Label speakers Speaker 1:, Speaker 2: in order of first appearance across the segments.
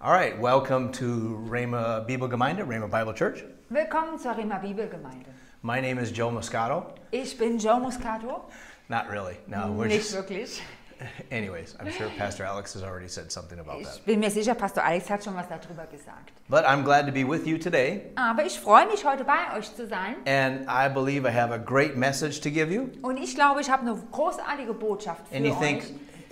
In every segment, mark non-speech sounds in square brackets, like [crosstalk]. Speaker 1: All right, welcome to Rhema Bibelgemeinde, Rhema Bible Church.
Speaker 2: Willkommen zur Rema Bibelgemeinde.
Speaker 1: My name is Joe Moscato.
Speaker 2: Ich bin Joe Moscato.
Speaker 1: Not really. No, we're
Speaker 2: Nicht
Speaker 1: just.
Speaker 2: wirklich.
Speaker 1: [laughs] Anyways, I'm sure Pastor Alex has already said something about that.
Speaker 2: Ich bin mir sicher, Pastor Alex hat schon was darüber gesagt.
Speaker 1: But I'm glad to be with you today,
Speaker 2: Aber ich freue mich, heute bei euch zu sein.
Speaker 1: and I believe I have a great message to give you.
Speaker 2: Und ich glaube, ich habe eine großartige Botschaft für
Speaker 1: And you
Speaker 2: euch.
Speaker 1: think,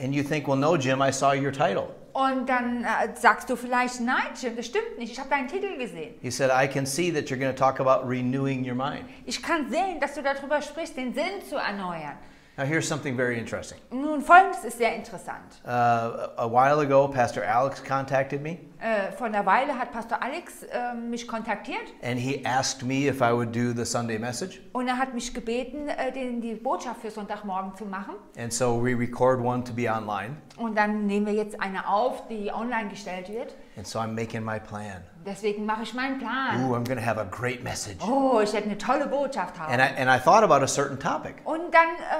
Speaker 1: and you think, well, no, Jim, I saw your title.
Speaker 2: Und dann äh, sagst du vielleicht, nein, Jim, das stimmt nicht. Ich habe deinen Titel gesehen.
Speaker 1: He said, I can see that you're going to talk about renewing your mind.
Speaker 2: Ich kann sehen, dass du darüber sprichst, den Sinn zu erneuern.
Speaker 1: Now, here's something very interesting.
Speaker 2: Nun, folgendes ist sehr interessant.
Speaker 1: Uh, a while ago, Pastor Alex contacted me,
Speaker 2: Äh, vor einer Weile hat Pastor Alex äh, mich kontaktiert
Speaker 1: and he asked me if I would do the Sunday message.
Speaker 2: und er hat mich gebeten, äh, den, die Botschaft für Sonntagmorgen zu machen.
Speaker 1: And so we record one to be online.
Speaker 2: Und dann nehmen wir jetzt eine auf, die online gestellt wird.
Speaker 1: And so I'm making my plan.
Speaker 2: Deswegen mache ich meinen Plan.
Speaker 1: Ooh, I'm going to have a great message.
Speaker 2: Oh, ich werde eine tolle Botschaft haben.
Speaker 1: And I, and I thought about a certain topic,
Speaker 2: Und dann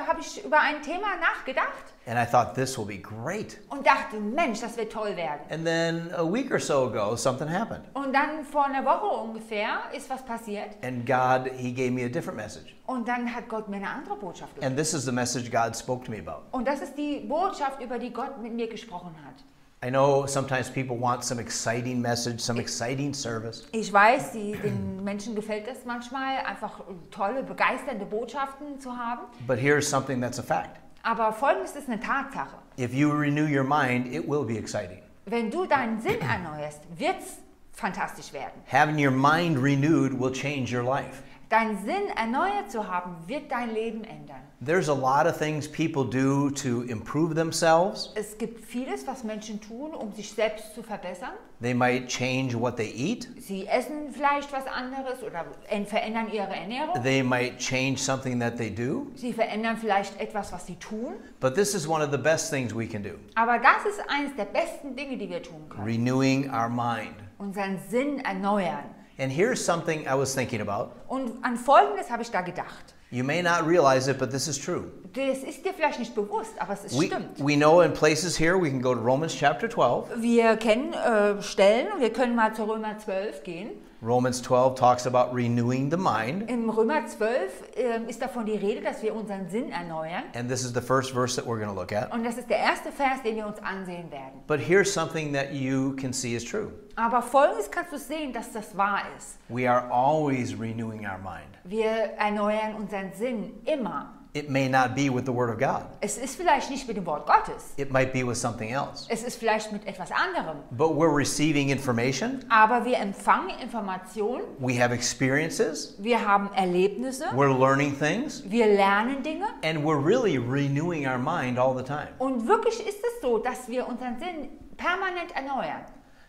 Speaker 2: äh, habe ich über ein Thema nachgedacht
Speaker 1: and I thought this will be great.
Speaker 2: und dachte, Mensch, das wird toll werden.
Speaker 1: And then a week or so ago, something happened.
Speaker 2: Und dann vor einer Woche ungefähr ist was passiert
Speaker 1: And God, He gave me a different message.
Speaker 2: und dann hat Gott mir eine andere Botschaft gegeben.
Speaker 1: And this is the message God spoke to me about.
Speaker 2: Und das ist die Botschaft, über die Gott mit mir gesprochen hat.
Speaker 1: I know sometimes people want some exciting message, some exciting service.
Speaker 2: Ich weiß, die, den Menschen gefällt es manchmal, einfach tolle, begeisternde Botschaften zu haben.
Speaker 1: But here's something that's a fact.
Speaker 2: Aber folgendes ist eine Tatsache.
Speaker 1: If you renew your mind, it will be exciting.
Speaker 2: Wenn du deinen Sinn erneuerst, wird's fantastisch werden.
Speaker 1: Having your mind renewed will change your life.
Speaker 2: Deinen Sinn erneuert zu haben, wird dein Leben ändern.
Speaker 1: There's a lot of things people do to improve themselves.
Speaker 2: Es gibt vieles, was Menschen tun, um sich selbst zu verbessern.
Speaker 1: They might change what they eat.
Speaker 2: Sie essen vielleicht was anderes oder en- verändern ihre Ernährung.
Speaker 1: They might change something that they do.
Speaker 2: Sie verändern vielleicht etwas, was sie tun.
Speaker 1: But this is one of the best things we can do
Speaker 2: Aber das ist eines der besten Dinge, die wir tun können.
Speaker 1: renewing our mind.
Speaker 2: Unseren Sinn erneuern.
Speaker 1: And here's something I was thinking about.
Speaker 2: Und an Folgendes habe ich da gedacht.
Speaker 1: You may not realize it, but this is true.
Speaker 2: Das ist dir vielleicht nicht bewusst, aber es ist
Speaker 1: We,
Speaker 2: stimmt.
Speaker 1: we know in places here, we can go to Romans chapter 12.
Speaker 2: Wir kennen äh, Stellen, wir können mal zu Römer 12 gehen.
Speaker 1: Romans 12 talks about renewing the mind.
Speaker 2: Im Römer 12 ähm, ist davon die Rede, dass wir unseren Sinn erneuern.
Speaker 1: And this is the first verse that we're going to look at.
Speaker 2: Und das ist der erste Vers, den wir uns ansehen werden.
Speaker 1: But here's something that you can see is true
Speaker 2: Aber folgendes kannst du sehen, dass das wahr ist.
Speaker 1: we are always renewing our mind.
Speaker 2: Wir erneuern unseren Sinn immer.
Speaker 1: It may not be with the Word of God,
Speaker 2: Es ist vielleicht nicht mit dem Wort Gottes.
Speaker 1: it might be with something else.
Speaker 2: Es ist vielleicht mit etwas anderem.
Speaker 1: But we're receiving information,
Speaker 2: Aber wir empfangen Informationen,
Speaker 1: we have experiences,
Speaker 2: wir haben Erlebnisse,
Speaker 1: we're learning things,
Speaker 2: wir lernen Dinge.
Speaker 1: and we're really renewing our mind all the time.
Speaker 2: Und wirklich ist es so, dass wir unseren Sinn permanent erneuern.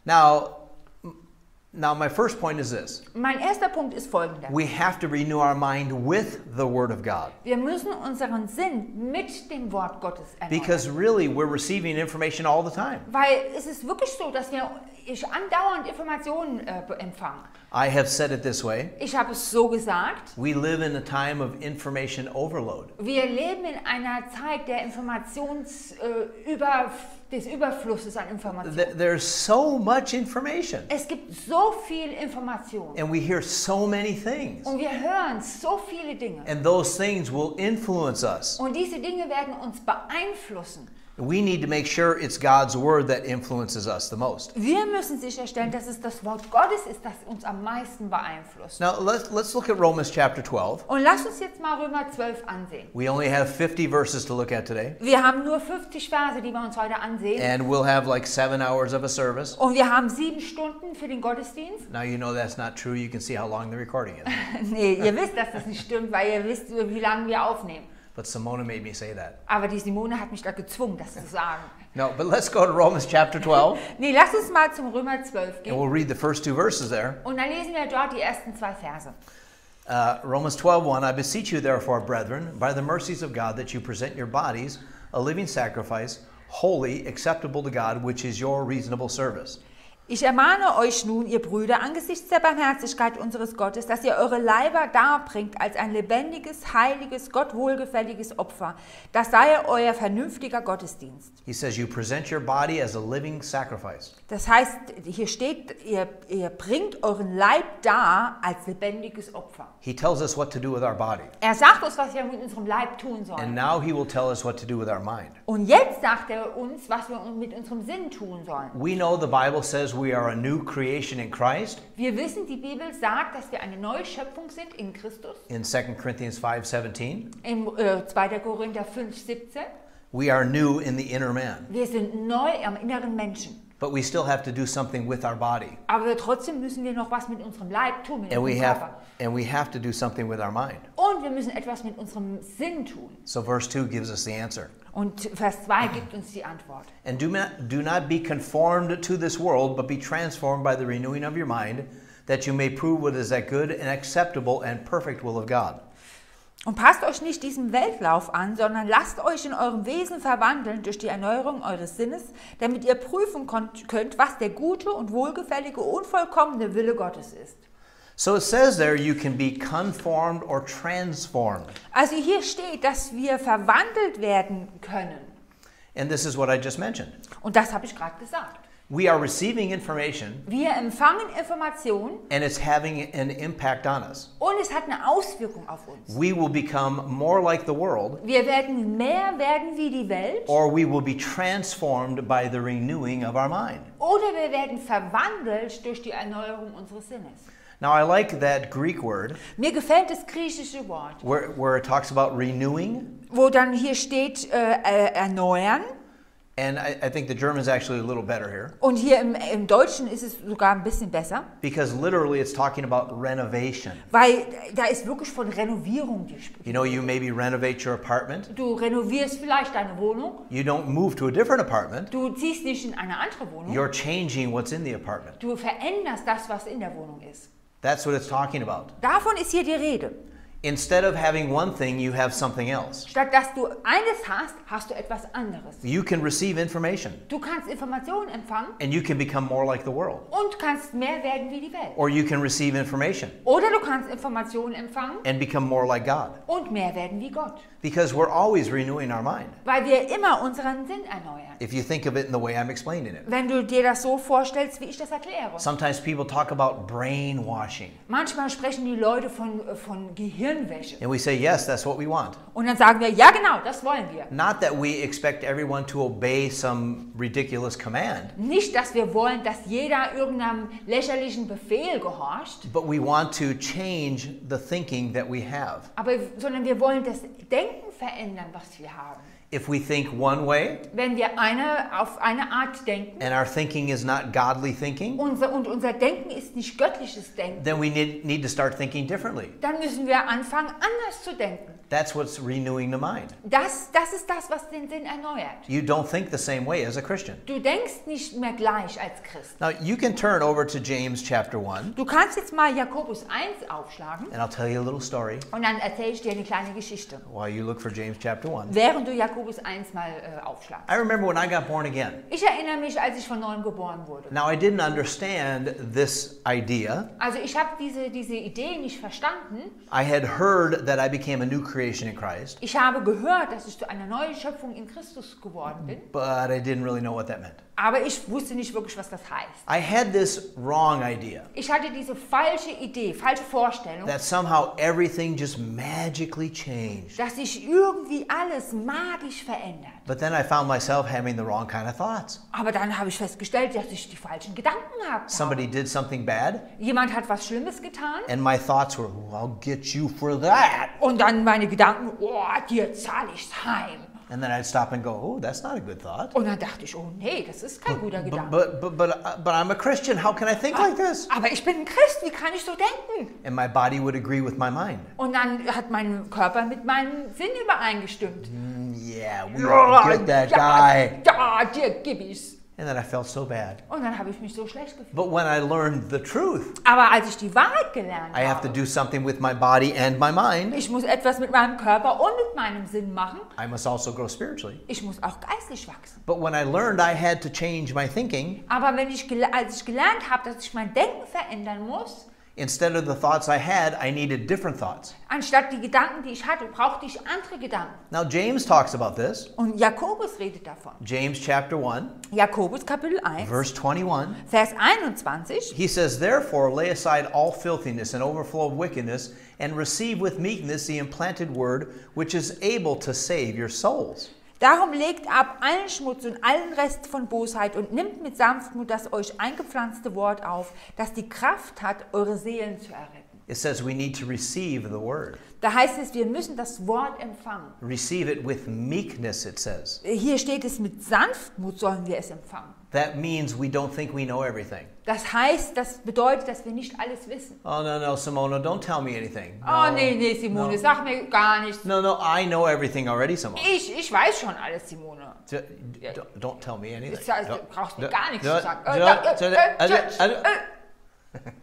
Speaker 1: Now, now my first point is this.
Speaker 2: Mein erster Punkt ist folgender.
Speaker 1: We have to renew our mind with the word of God
Speaker 2: Wir müssen unseren Sinn mit dem Wort Gottes erneuern.
Speaker 1: because really we're receiving information all the time.
Speaker 2: Weil es ist wirklich so, dass wir ich andauernd Informationen äh, be- empfangen.
Speaker 1: I have said it this way
Speaker 2: Ich habe es so gesagt,
Speaker 1: we live in a time of information overload.
Speaker 2: wir leben in einer Zeit der Informations, äh, über, des Überflusses an Informationen.
Speaker 1: Th- There's so much information,
Speaker 2: Es gibt so viel Information
Speaker 1: and we hear so many things,
Speaker 2: und wir hören so viele Dinge.
Speaker 1: and those things will influence us.
Speaker 2: Und diese Dinge werden uns beeinflussen.
Speaker 1: We need to make sure it's God's word that influences us the most.
Speaker 2: Wir müssen sicherstellen, dass es das Wort Gottes ist, das uns am meisten beeinflusst.
Speaker 1: Now, let's, let's look at Romans chapter 12.
Speaker 2: Und lasst uns jetzt mal Römer 12 ansehen.
Speaker 1: We only have 50 verses to look at today,
Speaker 2: Wir haben nur 50 Verse, die wir uns heute ansehen.
Speaker 1: and we'll have like seven hours of a service.
Speaker 2: Und wir haben sieben Stunden für den Gottesdienst.
Speaker 1: Now, you know that's not true. You can see how long the recording is.
Speaker 2: [laughs] nee, ihr wisst, dass das nicht stimmt, weil ihr wisst, wie lange wir aufnehmen.
Speaker 1: But Simona made me say that.
Speaker 2: Aber die Simone hat mich da gezwungen, das zu sagen.
Speaker 1: No, but let's go to Romans chapter 12,
Speaker 2: Nee, lasst uns mal zum Römer 12
Speaker 1: and
Speaker 2: gehen.
Speaker 1: we'll read the first two verses there.
Speaker 2: Und dann lesen wir dort die ersten zwei Verse.
Speaker 1: Uh, Romans 12:1 I beseech you therefore brethren by the mercies of God that you present your bodies a living sacrifice holy acceptable to God which is your reasonable service
Speaker 2: Ich ermahne euch nun, ihr Brüder, angesichts der Barmherzigkeit unseres Gottes, dass ihr eure Leiber darbringt als ein lebendiges, heiliges, Gott wohlgefälliges Opfer. Das sei euer vernünftiger Gottesdienst.
Speaker 1: He says, You present your body as a living sacrifice.
Speaker 2: Das heißt, hier steht, ihr, ihr bringt euren Leib dar als lebendiges Opfer.
Speaker 1: He tells us what to do with our body.
Speaker 2: Er sagt uns, was wir mit unserem Leib tun sollen.
Speaker 1: And now he will tell us what to do with our mind.
Speaker 2: Und jetzt sagt er uns, was wir mit unserem Sinn tun sollen.
Speaker 1: We know the Bible says we are a new creation in Christ
Speaker 2: Wir wissen, die Bibel sagt, dass wir eine neue Schöpfung sind in Christus.
Speaker 1: in 2 Corinthians 5:17.
Speaker 2: Im äh, 2. Korinther 5, 17.
Speaker 1: We are new in the inner man,
Speaker 2: Wir sind neu am inneren Menschen.
Speaker 1: but we still have to do something with our body.
Speaker 2: Aber wir trotzdem müssen wir noch was mit unserem Leib tun, mit
Speaker 1: And we
Speaker 2: unserem
Speaker 1: have
Speaker 2: Körper.
Speaker 1: and we have to do something with our mind.
Speaker 2: Und wir müssen etwas mit unserem Sinn tun.
Speaker 1: So verse 2 gives us the answer.
Speaker 2: Und
Speaker 1: [clears throat]
Speaker 2: Vers 2 gibt uns die Antwort.
Speaker 1: And do not, do not be conformed to this world, but be transformed by the renewing of your mind, that you may prove what is that good and acceptable and perfect will of God.
Speaker 2: Und passt euch nicht diesem Weltlauf an, sondern lasst euch in eurem Wesen verwandeln durch die Erneuerung eures Sinnes, damit ihr prüfen konnt- könnt, was der gute und wohlgefällige und vollkommene Wille Gottes ist.
Speaker 1: So it says there you can be conformed or transformed.
Speaker 2: Also hier steht, dass wir verwandelt werden können.
Speaker 1: And this is what I just mentioned.
Speaker 2: Und das habe ich gerade gesagt.
Speaker 1: We are receiving information
Speaker 2: Wir empfangen Informationen
Speaker 1: and it's having an impact on us.
Speaker 2: und es hat eine Auswirkung auf uns.
Speaker 1: We will become more like the world
Speaker 2: Wir werden mehr werden wie die Welt
Speaker 1: or we will be transformed by the renewing of our mind.
Speaker 2: oder wir werden verwandelt durch die Erneuerung unseres Sinnes.
Speaker 1: Now I like that Greek word
Speaker 2: Mir gefällt das griechische Wort.
Speaker 1: where, where it talks about renewing
Speaker 2: wo dann hier steht äh, äh, erneuern.
Speaker 1: And I, I think the German's actually a little better here
Speaker 2: Und hier im, im Deutschen ist es sogar ein bisschen besser,
Speaker 1: because literally it's talking about renovation.
Speaker 2: weil da ist wirklich von Renovierung die Sprache.
Speaker 1: You know, you maybe renovate your apartment.
Speaker 2: Du renovierst vielleicht deine Wohnung,
Speaker 1: You don't move to a different apartment.
Speaker 2: du ziehst nicht in eine andere Wohnung,
Speaker 1: You're changing what's in the apartment.
Speaker 2: du veränderst das, was in der Wohnung ist.
Speaker 1: That's what it's talking about.
Speaker 2: Davon ist hier die Rede.
Speaker 1: Instead of having one thing, you have something else.
Speaker 2: Statt dass du eines hast, hast du etwas anderes.
Speaker 1: You can receive information
Speaker 2: Du kannst Informationen empfangen
Speaker 1: and you can become more like the world.
Speaker 2: und kannst mehr werden wie die Welt.
Speaker 1: Or you can receive information
Speaker 2: Oder du kannst Informationen empfangen
Speaker 1: and become more like God
Speaker 2: und mehr werden wie Gott,
Speaker 1: because we're always renewing our mind.
Speaker 2: weil wir immer unseren Sinn erneuern.
Speaker 1: If you think of it in the way I'm explaining it,
Speaker 2: Wenn du dir das so vorstellst, wie ich das erkläre.
Speaker 1: sometimes people talk about brainwashing
Speaker 2: Manchmal sprechen die Leute von, von Gehirnwäsche.
Speaker 1: and we say, yes, that's what we want.
Speaker 2: Und dann sagen wir, ja genau, das wollen wir.
Speaker 1: Not that we expect everyone to obey some ridiculous command,
Speaker 2: Nicht, dass wir wollen, dass jeder irgendeinem lächerlichen Befehl gehorcht,
Speaker 1: but we want to change the thinking that we have.
Speaker 2: aber, sondern wir wollen das Denken verändern, was wir haben.
Speaker 1: If we think one way
Speaker 2: Wenn wir eine, auf eine Art denken
Speaker 1: and our thinking is not godly thinking,
Speaker 2: unser, und unser Denken ist nicht göttliches Denken,
Speaker 1: then we need, need to start thinking differently.
Speaker 2: dann müssen wir anfangen, anders zu denken.
Speaker 1: That's what's renewing the mind.
Speaker 2: Das, das ist das, was den Sinn erneuert.
Speaker 1: You don't think the same way as a Christian.
Speaker 2: Du denkst nicht mehr gleich als Christ.
Speaker 1: Now, you can turn over to James chapter 1,
Speaker 2: Du kannst jetzt mal Jakobus 1 aufschlagen
Speaker 1: and I'll tell you a little story
Speaker 2: und dann erzähle ich dir eine kleine Geschichte,
Speaker 1: while you look for James chapter 1.
Speaker 2: während du Jakobus 1 mal äh, aufschlagst.
Speaker 1: I remember when I got born again.
Speaker 2: Ich erinnere mich, als ich von neuem geboren wurde.
Speaker 1: Now, I didn't understand this idea.
Speaker 2: Also ich habe diese, diese Idee nicht verstanden.
Speaker 1: I had heard that I became a new creation in Christ,
Speaker 2: Ich habe gehört, dass ich zu einer neuen Schöpfung in Christus geworden bin,
Speaker 1: but I didn't really know what that meant.
Speaker 2: aber ich wusste nicht wirklich, was das heißt.
Speaker 1: I had this wrong idea
Speaker 2: Ich hatte diese falsche Idee, falsche Vorstellung,
Speaker 1: that somehow everything just magically changed.
Speaker 2: dass sich irgendwie alles magisch verändert.
Speaker 1: But then I found myself having the wrong kind of thoughts.
Speaker 2: Aber dann habe ich festgestellt, dass ich die falschen Gedanken habe.
Speaker 1: Somebody did something bad,
Speaker 2: Jemand hat was Schlimmes getan
Speaker 1: and my thoughts were, "Well, I'll get you for that.
Speaker 2: Und dann meine Gedanken, oh, dir zahle ich's heim.
Speaker 1: And then I'd stop and go, oh, that's not a good thought.
Speaker 2: Und dann dachte ich, oh nee, das ist kein guter
Speaker 1: But,
Speaker 2: Gedanke.
Speaker 1: but, but, but, uh, but I'm a Christian. How can I think like this?
Speaker 2: Aber ich bin ein Christ, wie kann ich so denken?
Speaker 1: And my body would agree with my mind.
Speaker 2: Und dann hat mein Körper mit meinem Sinn übereingestimmt.
Speaker 1: Mm, yeah, we gotta get that guy.
Speaker 2: ja, dir gib ich's.
Speaker 1: And then I felt so bad.
Speaker 2: Und dann habe ich mich so schlecht gefühlt.
Speaker 1: But when I learned the truth,
Speaker 2: Aber als ich die Wahrheit gelernt
Speaker 1: I have to
Speaker 2: habe,
Speaker 1: do something with my body and my mind.
Speaker 2: ich muss etwas mit meinem Körper und mit und meinem Sinn machen.
Speaker 1: I must also grow spiritually.
Speaker 2: Ich muss auch geistlich wachsen.
Speaker 1: But when I learned I had to change my thinking,
Speaker 2: Aber wenn ich, gel- als ich gelernt habe, dass ich mein Denken verändern muss,
Speaker 1: instead of the thoughts I had, I needed different thoughts.
Speaker 2: anstatt die Gedanken, die ich hatte, brauchte ich andere Gedanken.
Speaker 1: Now, James talks about this.
Speaker 2: Und Jakobus redet davon.
Speaker 1: James chapter 1,
Speaker 2: Jakobus Kapitel 1,
Speaker 1: verse 21.
Speaker 2: Vers 21.
Speaker 1: He says, Therefore, lay aside all filthiness and overflow of wickedness, and receive with meekness the implanted word, which is able to save your souls.
Speaker 2: Darum legt ab allen Schmutz und allen Rest von Bosheit und nimmt mit Sanftmut das euch eingepflanzte Wort auf, das die Kraft hat, eure Seelen zu erretten.
Speaker 1: It says we need to receive the word.
Speaker 2: Da heißt es, wir müssen das Wort empfangen.
Speaker 1: Receive it with meekness, it says.
Speaker 2: Hier steht es, mit Sanftmut sollen wir es empfangen.
Speaker 1: That means we don't think we know everything.
Speaker 2: Das heißt, das bedeutet, dass wir nicht alles wissen.
Speaker 1: Oh, no, no, Simona, don't tell me anything.
Speaker 2: oh, nee, nee, Simone,
Speaker 1: no.
Speaker 2: sag mir gar nichts.
Speaker 1: No, no, I know everything already, Simona.
Speaker 2: Ich, ich weiß schon alles, Simone.
Speaker 1: D- d- Don't, don't tell me anything.
Speaker 2: Ich sag, du
Speaker 1: Don't-
Speaker 2: also, brauchst mir
Speaker 1: don't-
Speaker 2: gar nichts zu
Speaker 1: don't-
Speaker 2: sagen. Äh,
Speaker 1: don't-
Speaker 2: äh, äh,
Speaker 1: don't-
Speaker 2: äh,
Speaker 1: I don't-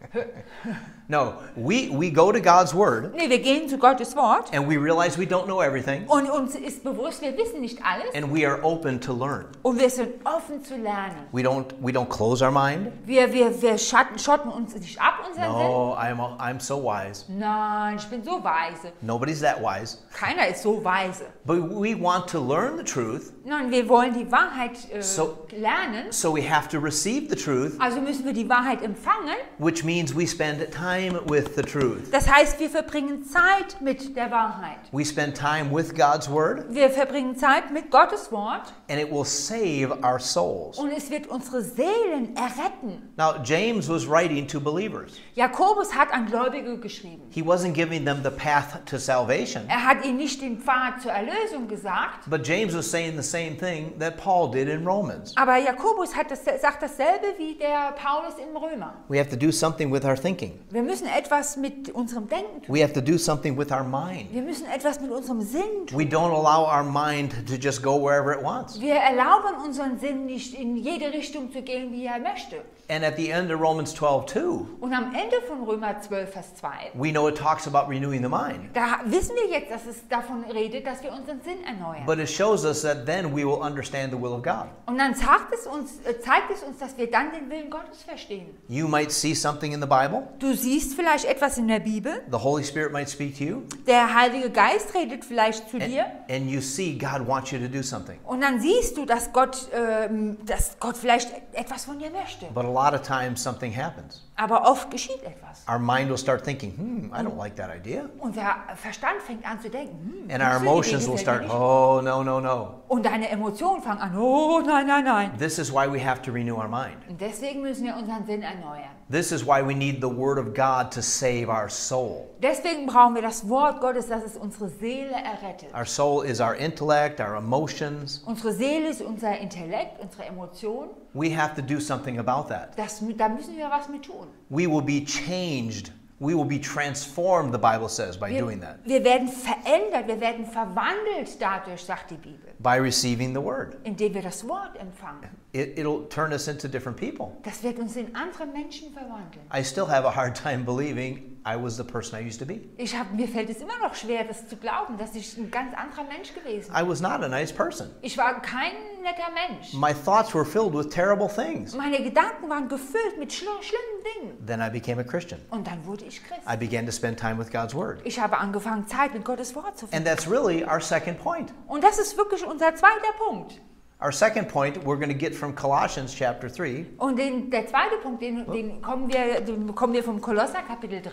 Speaker 1: No, we, we go to God's word
Speaker 2: Nee, wir gehen zu Gottes Wort
Speaker 1: and we realize we don't know everything.
Speaker 2: und uns ist bewusst, wir wissen nicht alles
Speaker 1: and we are open to learn.
Speaker 2: und wir sind offen zu lernen.
Speaker 1: We don't we don't close our mind.
Speaker 2: Wir, wir, wir schatten, schotten uns nicht ab, unseren
Speaker 1: No, I'm I'm so wise.
Speaker 2: Sinn. Nein, ich bin so weise.
Speaker 1: Nobody's that wise.
Speaker 2: Keiner ist so weise.
Speaker 1: But we want to learn the truth,
Speaker 2: Nein, wir wollen die Wahrheit äh,
Speaker 1: So-
Speaker 2: lernen,
Speaker 1: so we have to receive the truth,
Speaker 2: also müssen wir die Wahrheit empfangen.
Speaker 1: which means we spend time with the truth.
Speaker 2: Das heißt, wir verbringen Zeit mit der Wahrheit.
Speaker 1: We spend time with God's word,
Speaker 2: Wir verbringen Zeit mit Gottes Wort
Speaker 1: and it will save our souls.
Speaker 2: und es wird unsere Seelen erretten.
Speaker 1: Now, James was writing to believers.
Speaker 2: Jakobus hat an Gläubige geschrieben.
Speaker 1: He wasn't giving them the path to salvation,
Speaker 2: Er hat ihnen nicht den Pfad zur Erlösung gesagt,
Speaker 1: but James was saying the same thing that Paul did in Romans.
Speaker 2: aber Jakobus hat das, sagt dasselbe wie der Paulus im Römer.
Speaker 1: We have to do something with our thinking.
Speaker 2: Wir müssen etwas mit unserem Denken tun.
Speaker 1: We have to do something with our mind.
Speaker 2: Wir müssen etwas mit unserem Sinn tun.
Speaker 1: We don't allow our mind to just go wherever it wants.
Speaker 2: Wir erlauben unseren Sinn nicht in jede Richtung zu gehen, wie er möchte.
Speaker 1: And at the end of Romans 12, too,
Speaker 2: Und am Ende von Römer 12, Vers 2,
Speaker 1: we know it talks about renewing the mind.
Speaker 2: da wissen wir jetzt, dass es davon redet, dass wir unseren Sinn erneuern.
Speaker 1: But it shows us that then we will understand the will of God.
Speaker 2: Und dann sagt es uns, äh, zeigt es uns, dass wir dann den Willen Gottes verstehen.
Speaker 1: You might see something in the Bible,
Speaker 2: Du siehst vielleicht etwas in der Bibel,
Speaker 1: the Holy Spirit might speak to you,
Speaker 2: der Heilige Geist redet vielleicht zu
Speaker 1: and,
Speaker 2: dir.
Speaker 1: and you see God wants you to do something.
Speaker 2: Und dann siehst du, dass Gott, ähm, dass Gott vielleicht etwas von dir möchte.
Speaker 1: But a lot of times something happens.
Speaker 2: Aber oft geschieht etwas.
Speaker 1: Our mind will start thinking, hmm, I don't like that idea.
Speaker 2: Unser Verstand fängt an zu denken. Hm,
Speaker 1: And our
Speaker 2: gute Idee,
Speaker 1: emotions will start,
Speaker 2: gefällt mir nicht.
Speaker 1: oh, no, no, no.
Speaker 2: Und deine Emotionen fangen an, oh nein, nein, nein.
Speaker 1: This is why we have to renew our mind.
Speaker 2: Und deswegen müssen wir unseren Sinn erneuern.
Speaker 1: This is why we need the Word of God to save our soul.
Speaker 2: Deswegen brauchen wir das Wort Gottes, dass es unsere Seele errettet.
Speaker 1: Our soul is our intellect, our emotions.
Speaker 2: Unsere Seele ist unser Intellekt, unsere Emotion.
Speaker 1: We have to do something about that.
Speaker 2: Das, mü- da müssen wir was mit tun.
Speaker 1: We will be changed. We will be transformed, the Bible says, by
Speaker 2: Wir,
Speaker 1: doing that,
Speaker 2: wir werden verändert, wir werden verwandelt dadurch, sagt die Bibel,
Speaker 1: by receiving the Word.
Speaker 2: indem wir das Wort empfangen.
Speaker 1: It, it'll turn us into different people.
Speaker 2: Das wird uns in andere Menschen verwandeln.
Speaker 1: I still have a hard [laughs] time believing I was the person I used to be.
Speaker 2: Ich hab, mir fällt es immer noch schwer, das zu glauben, dass ich ein ganz anderer Mensch gewesen bin.
Speaker 1: I was not a nice person.
Speaker 2: Ich war kein netter Mensch.
Speaker 1: My thoughts were filled with terrible things.
Speaker 2: Meine Gedanken waren gefüllt mit schli- schlimmen Dingen.
Speaker 1: Then I became a Christian.
Speaker 2: Und dann wurde ich Christ.
Speaker 1: I began to spend time with God's Word.
Speaker 2: Ich habe angefangen, Zeit mit Gottes Wort zu
Speaker 1: And
Speaker 2: finden.
Speaker 1: that's really our second point.
Speaker 2: Und das ist wirklich unser zweiter Punkt.
Speaker 1: Our second point we're going to get from Colossians chapter 3,
Speaker 2: Und den, der zweite Punkt, den, den, kommen wir, den bekommen wir vom Kolosser Kapitel 3.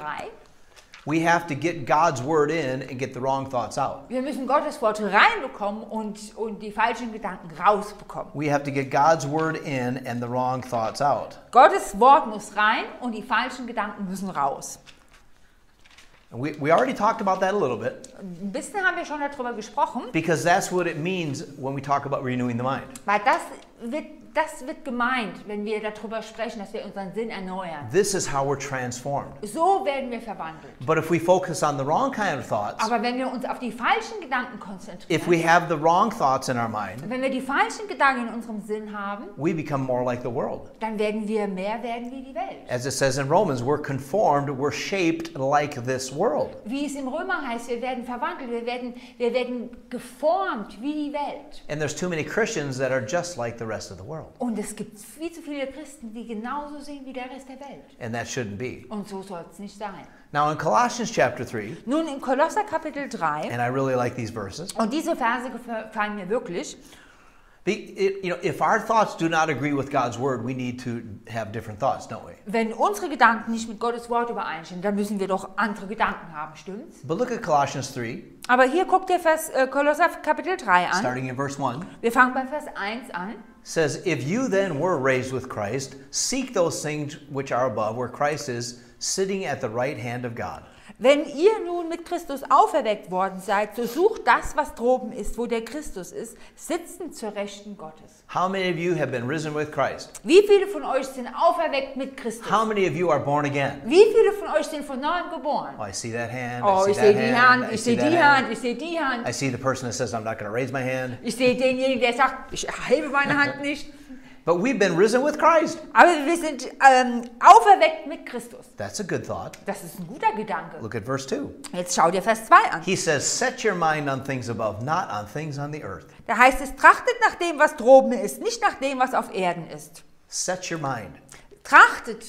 Speaker 1: we have to get God's word in and get the wrong thoughts out.
Speaker 2: Wir müssen Gottes Wort reinbekommen und, und die falschen Gedanken rausbekommen.
Speaker 1: We have to get God's word in and the wrong thoughts out.
Speaker 2: Gottes Wort muss rein und die falschen Gedanken müssen raus.
Speaker 1: And we, we already talked about that a little bit
Speaker 2: Ein bisschen haben wir schon darüber gesprochen,
Speaker 1: because that's what it means when we talk about renewing the mind.
Speaker 2: weil das wird das wird gemeint, wenn wir darüber sprechen, dass wir unseren Sinn erneuern.
Speaker 1: This is how we're transformed.
Speaker 2: So werden wir verwandelt.
Speaker 1: But if we focus on the wrong kind of thoughts,
Speaker 2: Aber wenn wir uns auf die falschen Gedanken konzentrieren,
Speaker 1: if we have the wrong thoughts in our mind,
Speaker 2: wenn wir die falschen Gedanken in unserem Sinn haben,
Speaker 1: we become more like the world.
Speaker 2: dann werden wir mehr werden wie die Welt.
Speaker 1: As it says in Romans, we're conformed, we're shaped like this world.
Speaker 2: Wie es im Römer heißt, wir werden verwandelt, wir werden, wir werden geformt wie die Welt.
Speaker 1: And there's too many Christians that are just like the rest of the world.
Speaker 2: Und es gibt viel zu viele Christen, die genauso sehen wie der Rest der Welt.
Speaker 1: And that shouldn't be.
Speaker 2: Und so soll es nicht sein.
Speaker 1: Now, in Colossians chapter 3,
Speaker 2: Nun in Kolosser Kapitel 3,
Speaker 1: and I really like these verses,
Speaker 2: und diese Verse gefallen mir wirklich,
Speaker 1: be, it, you know, if our thoughts do not agree with God's word, we need to have different thoughts, don't we?
Speaker 2: wenn unsere Gedanken nicht mit Gottes Wort übereinstimmen, dann müssen wir doch andere Gedanken haben, stimmt's?
Speaker 1: But look at Colossians 3,
Speaker 2: Aber hier guckt ihr Vers, äh, Kolosser Kapitel 3 an.
Speaker 1: starting in verse 1.
Speaker 2: Wir fangen bei Vers 1 an.
Speaker 1: says, If you then were raised with Christ, seek those things which are above, where Christ is sitting at the right hand of God.
Speaker 2: Wenn ihr nun mit Christus auferweckt worden seid, so sucht das, was droben ist, wo der Christus ist, sitzend zur Rechten Gottes.
Speaker 1: How many of you have been risen with Christ?
Speaker 2: Wie viele von euch sind auferweckt mit Christus?
Speaker 1: How many of you are born again?
Speaker 2: Wie viele von euch sind von neuem geboren?
Speaker 1: Oh, I see that hand.
Speaker 2: Oh,
Speaker 1: I
Speaker 2: ich
Speaker 1: see that
Speaker 2: sehe die
Speaker 1: hand.
Speaker 2: Hand,
Speaker 1: I
Speaker 2: ich
Speaker 1: see
Speaker 2: sehe
Speaker 1: that
Speaker 2: die
Speaker 1: hand.
Speaker 2: Hand, ich sehe die
Speaker 1: I
Speaker 2: Hand.
Speaker 1: see the person that says, I'm not going to raise my hand.
Speaker 2: Ich sehe denjenigen, der sagt, ich hebe meine Hand nicht.
Speaker 1: But we've been risen with Christ.
Speaker 2: Aber wir sind ähm, auferweckt mit Christus.
Speaker 1: That's a good thought.
Speaker 2: Das ist ein guter Gedanke.
Speaker 1: Look at verse 2.
Speaker 2: Jetzt schau dir Vers 2 an.
Speaker 1: He says, Set your mind on things above, not on things on the earth.
Speaker 2: Da heißt es, trachtet nach dem, was droben ist, nicht nach dem, was auf Erden ist.
Speaker 1: Set your mind.
Speaker 2: Trachtet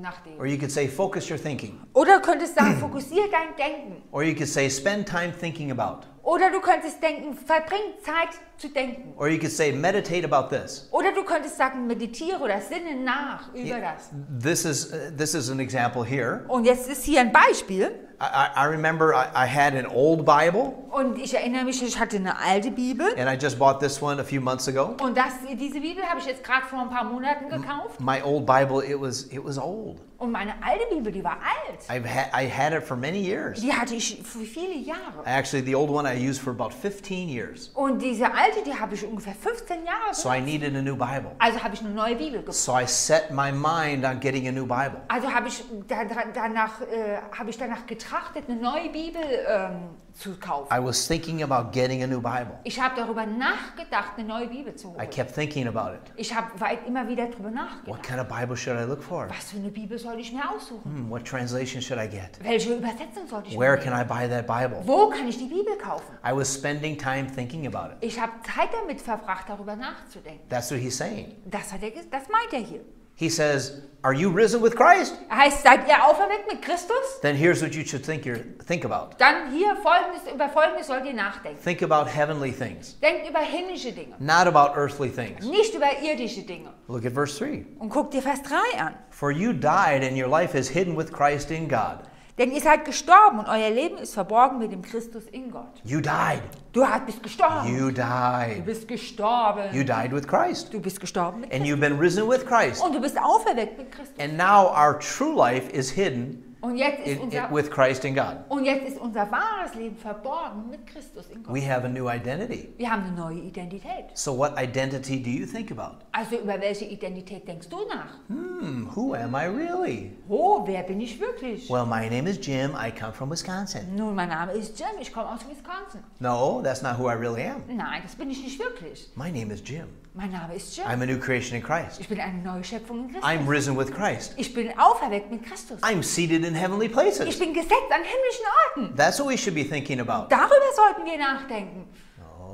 Speaker 2: nach dem.
Speaker 1: Or you could say, Focus your thinking.
Speaker 2: Oder könntest sagen, fokussiere dein Denken.
Speaker 1: Or you could say, Spend time thinking about.
Speaker 2: Oder du könntest denken, verbring Zeit zu denken.
Speaker 1: Or you could say, Meditate about this.
Speaker 2: Oder du könntest sagen, meditiere oder sinne nach über
Speaker 1: Yeah.
Speaker 2: das.
Speaker 1: This is uh, this is an example here.
Speaker 2: Und jetzt ist hier ein Beispiel.
Speaker 1: I, I- I remember I, I had an old Bible,
Speaker 2: Und ich erinnere mich, ich hatte eine alte Bibel.
Speaker 1: and I just bought this one a few months ago.
Speaker 2: Und das, diese Bibel habe ich jetzt gerade vor ein paar Monaten gekauft.
Speaker 1: My old Bible, it was it was old.
Speaker 2: Und meine alte Bibel, die war alt.
Speaker 1: I've had I had it for many years.
Speaker 2: Die hatte ich für viele Jahre.
Speaker 1: Actually, the old one I used for about 15 years.
Speaker 2: Und diese alte, die habe ich ungefähr 15 Jahre.
Speaker 1: So I needed a new Bible.
Speaker 2: Also habe ich eine neue Bibel gekauft.
Speaker 1: So I set my mind on getting a new Bible.
Speaker 2: Also habe ich, da, da, danach, äh, habe ich danach getrachtet, eine neue Bibel ähm, zu kaufen.
Speaker 1: I was thinking about getting a new Bible.
Speaker 2: Ich habe darüber nachgedacht, eine neue Bibel zu
Speaker 1: I
Speaker 2: holen.
Speaker 1: kept thinking about it.
Speaker 2: Ich habe weit immer wieder darüber
Speaker 1: What
Speaker 2: nachgedacht.
Speaker 1: kind of Bible should I look for?
Speaker 2: Was für eine Bibel soll ich mir aussuchen?
Speaker 1: Hmm, what translation should I get?
Speaker 2: Welche Übersetzung sollte ich
Speaker 1: Hm. Where
Speaker 2: mir
Speaker 1: can I buy that Bible?
Speaker 2: Wo kann ich die Bibel kaufen?
Speaker 1: I was spending time thinking about it.
Speaker 2: Ich habe Zeit damit verbracht, darüber nachzudenken.
Speaker 1: That's what he's saying.
Speaker 2: Das, hat er, ges- das meint er hier.
Speaker 1: He says, Are you risen with Christ?
Speaker 2: Er heißt, seid ihr auferweckt mit Christus?
Speaker 1: Then here's what you should think, your, think about.
Speaker 2: Dann hier folgendes, über folgendes sollt ihr nachdenken.
Speaker 1: Think about heavenly things,
Speaker 2: Denkt über himmlische Dinge,
Speaker 1: not about earthly things.
Speaker 2: nicht über irdische Dinge.
Speaker 1: Look at verse 3.
Speaker 2: Und guckt dir Vers 3 an.
Speaker 1: For you died, and your life is hidden with Christ in God.
Speaker 2: Denn ihr seid gestorben und euer Leben ist verborgen mit dem Christus in Gott.
Speaker 1: You died.
Speaker 2: Du hast- bist gestorben.
Speaker 1: You
Speaker 2: Du
Speaker 1: died.
Speaker 2: bist gestorben.
Speaker 1: You died with Christ.
Speaker 2: du bist gestorben mit
Speaker 1: And you've been risen with Christ.
Speaker 2: und du bist auferweckt mit Christus.
Speaker 1: And now our true life is hidden
Speaker 2: Und jetzt
Speaker 1: in,
Speaker 2: ist unser
Speaker 1: in- with Christ in God.
Speaker 2: und jetzt ist unser wahres Leben verborgen mit Christus in Gott.
Speaker 1: We have a new identity.
Speaker 2: Wir haben eine neue Identität.
Speaker 1: So, what identity do you think about?
Speaker 2: Also über welche Identität denkst du nach?
Speaker 1: Hmm, who am I really?
Speaker 2: Oh, wer bin ich wirklich?
Speaker 1: Well, my name is Jim. I come from Wisconsin.
Speaker 2: Nun, mein Name ist Jim, ich komme aus Wisconsin.
Speaker 1: No, that's not who I really am.
Speaker 2: Nein, das bin ich nicht wirklich.
Speaker 1: My name is Jim.
Speaker 2: Mein Name ist Jim.
Speaker 1: I'm a new creation in Christ.
Speaker 2: Ich bin eine neue Schöpfung in Christus.
Speaker 1: I'm risen with Christ.
Speaker 2: Ich bin auferweckt mit Christus.
Speaker 1: I'm seated in heavenly
Speaker 2: Ich
Speaker 1: places.
Speaker 2: bin gesetzt an himmlischen Orten.
Speaker 1: That's what we should be thinking about.
Speaker 2: Darüber sollten wir nachdenken.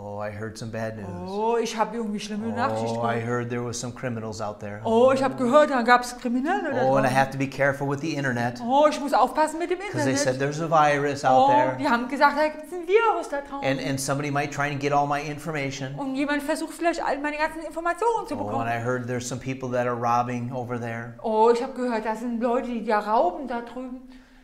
Speaker 1: Oh, I heard some bad news.
Speaker 2: Oh, ich habe irgendwie schlimme Nachrichten.
Speaker 1: Oh, I heard there was some criminals out there.
Speaker 2: Oh, ich habe gehört, da gab es Kriminelle. da
Speaker 1: Oh, and I
Speaker 2: draußen.
Speaker 1: have to be careful with the internet
Speaker 2: oh, ich muss aufpassen mit dem
Speaker 1: because they said
Speaker 2: Internet.
Speaker 1: there's a virus out
Speaker 2: Oh,
Speaker 1: there
Speaker 2: die haben gesagt, da gibt es ein Virus da draußen.
Speaker 1: and, and somebody might try and get all my information.
Speaker 2: Und jemand versucht vielleicht all meine ganzen Informationen zu
Speaker 1: Oh, and
Speaker 2: bekommen.
Speaker 1: I heard there's some people that are robbing over there.
Speaker 2: Oh, ich habe gehört, da sind Leute, die da rauben da drüben.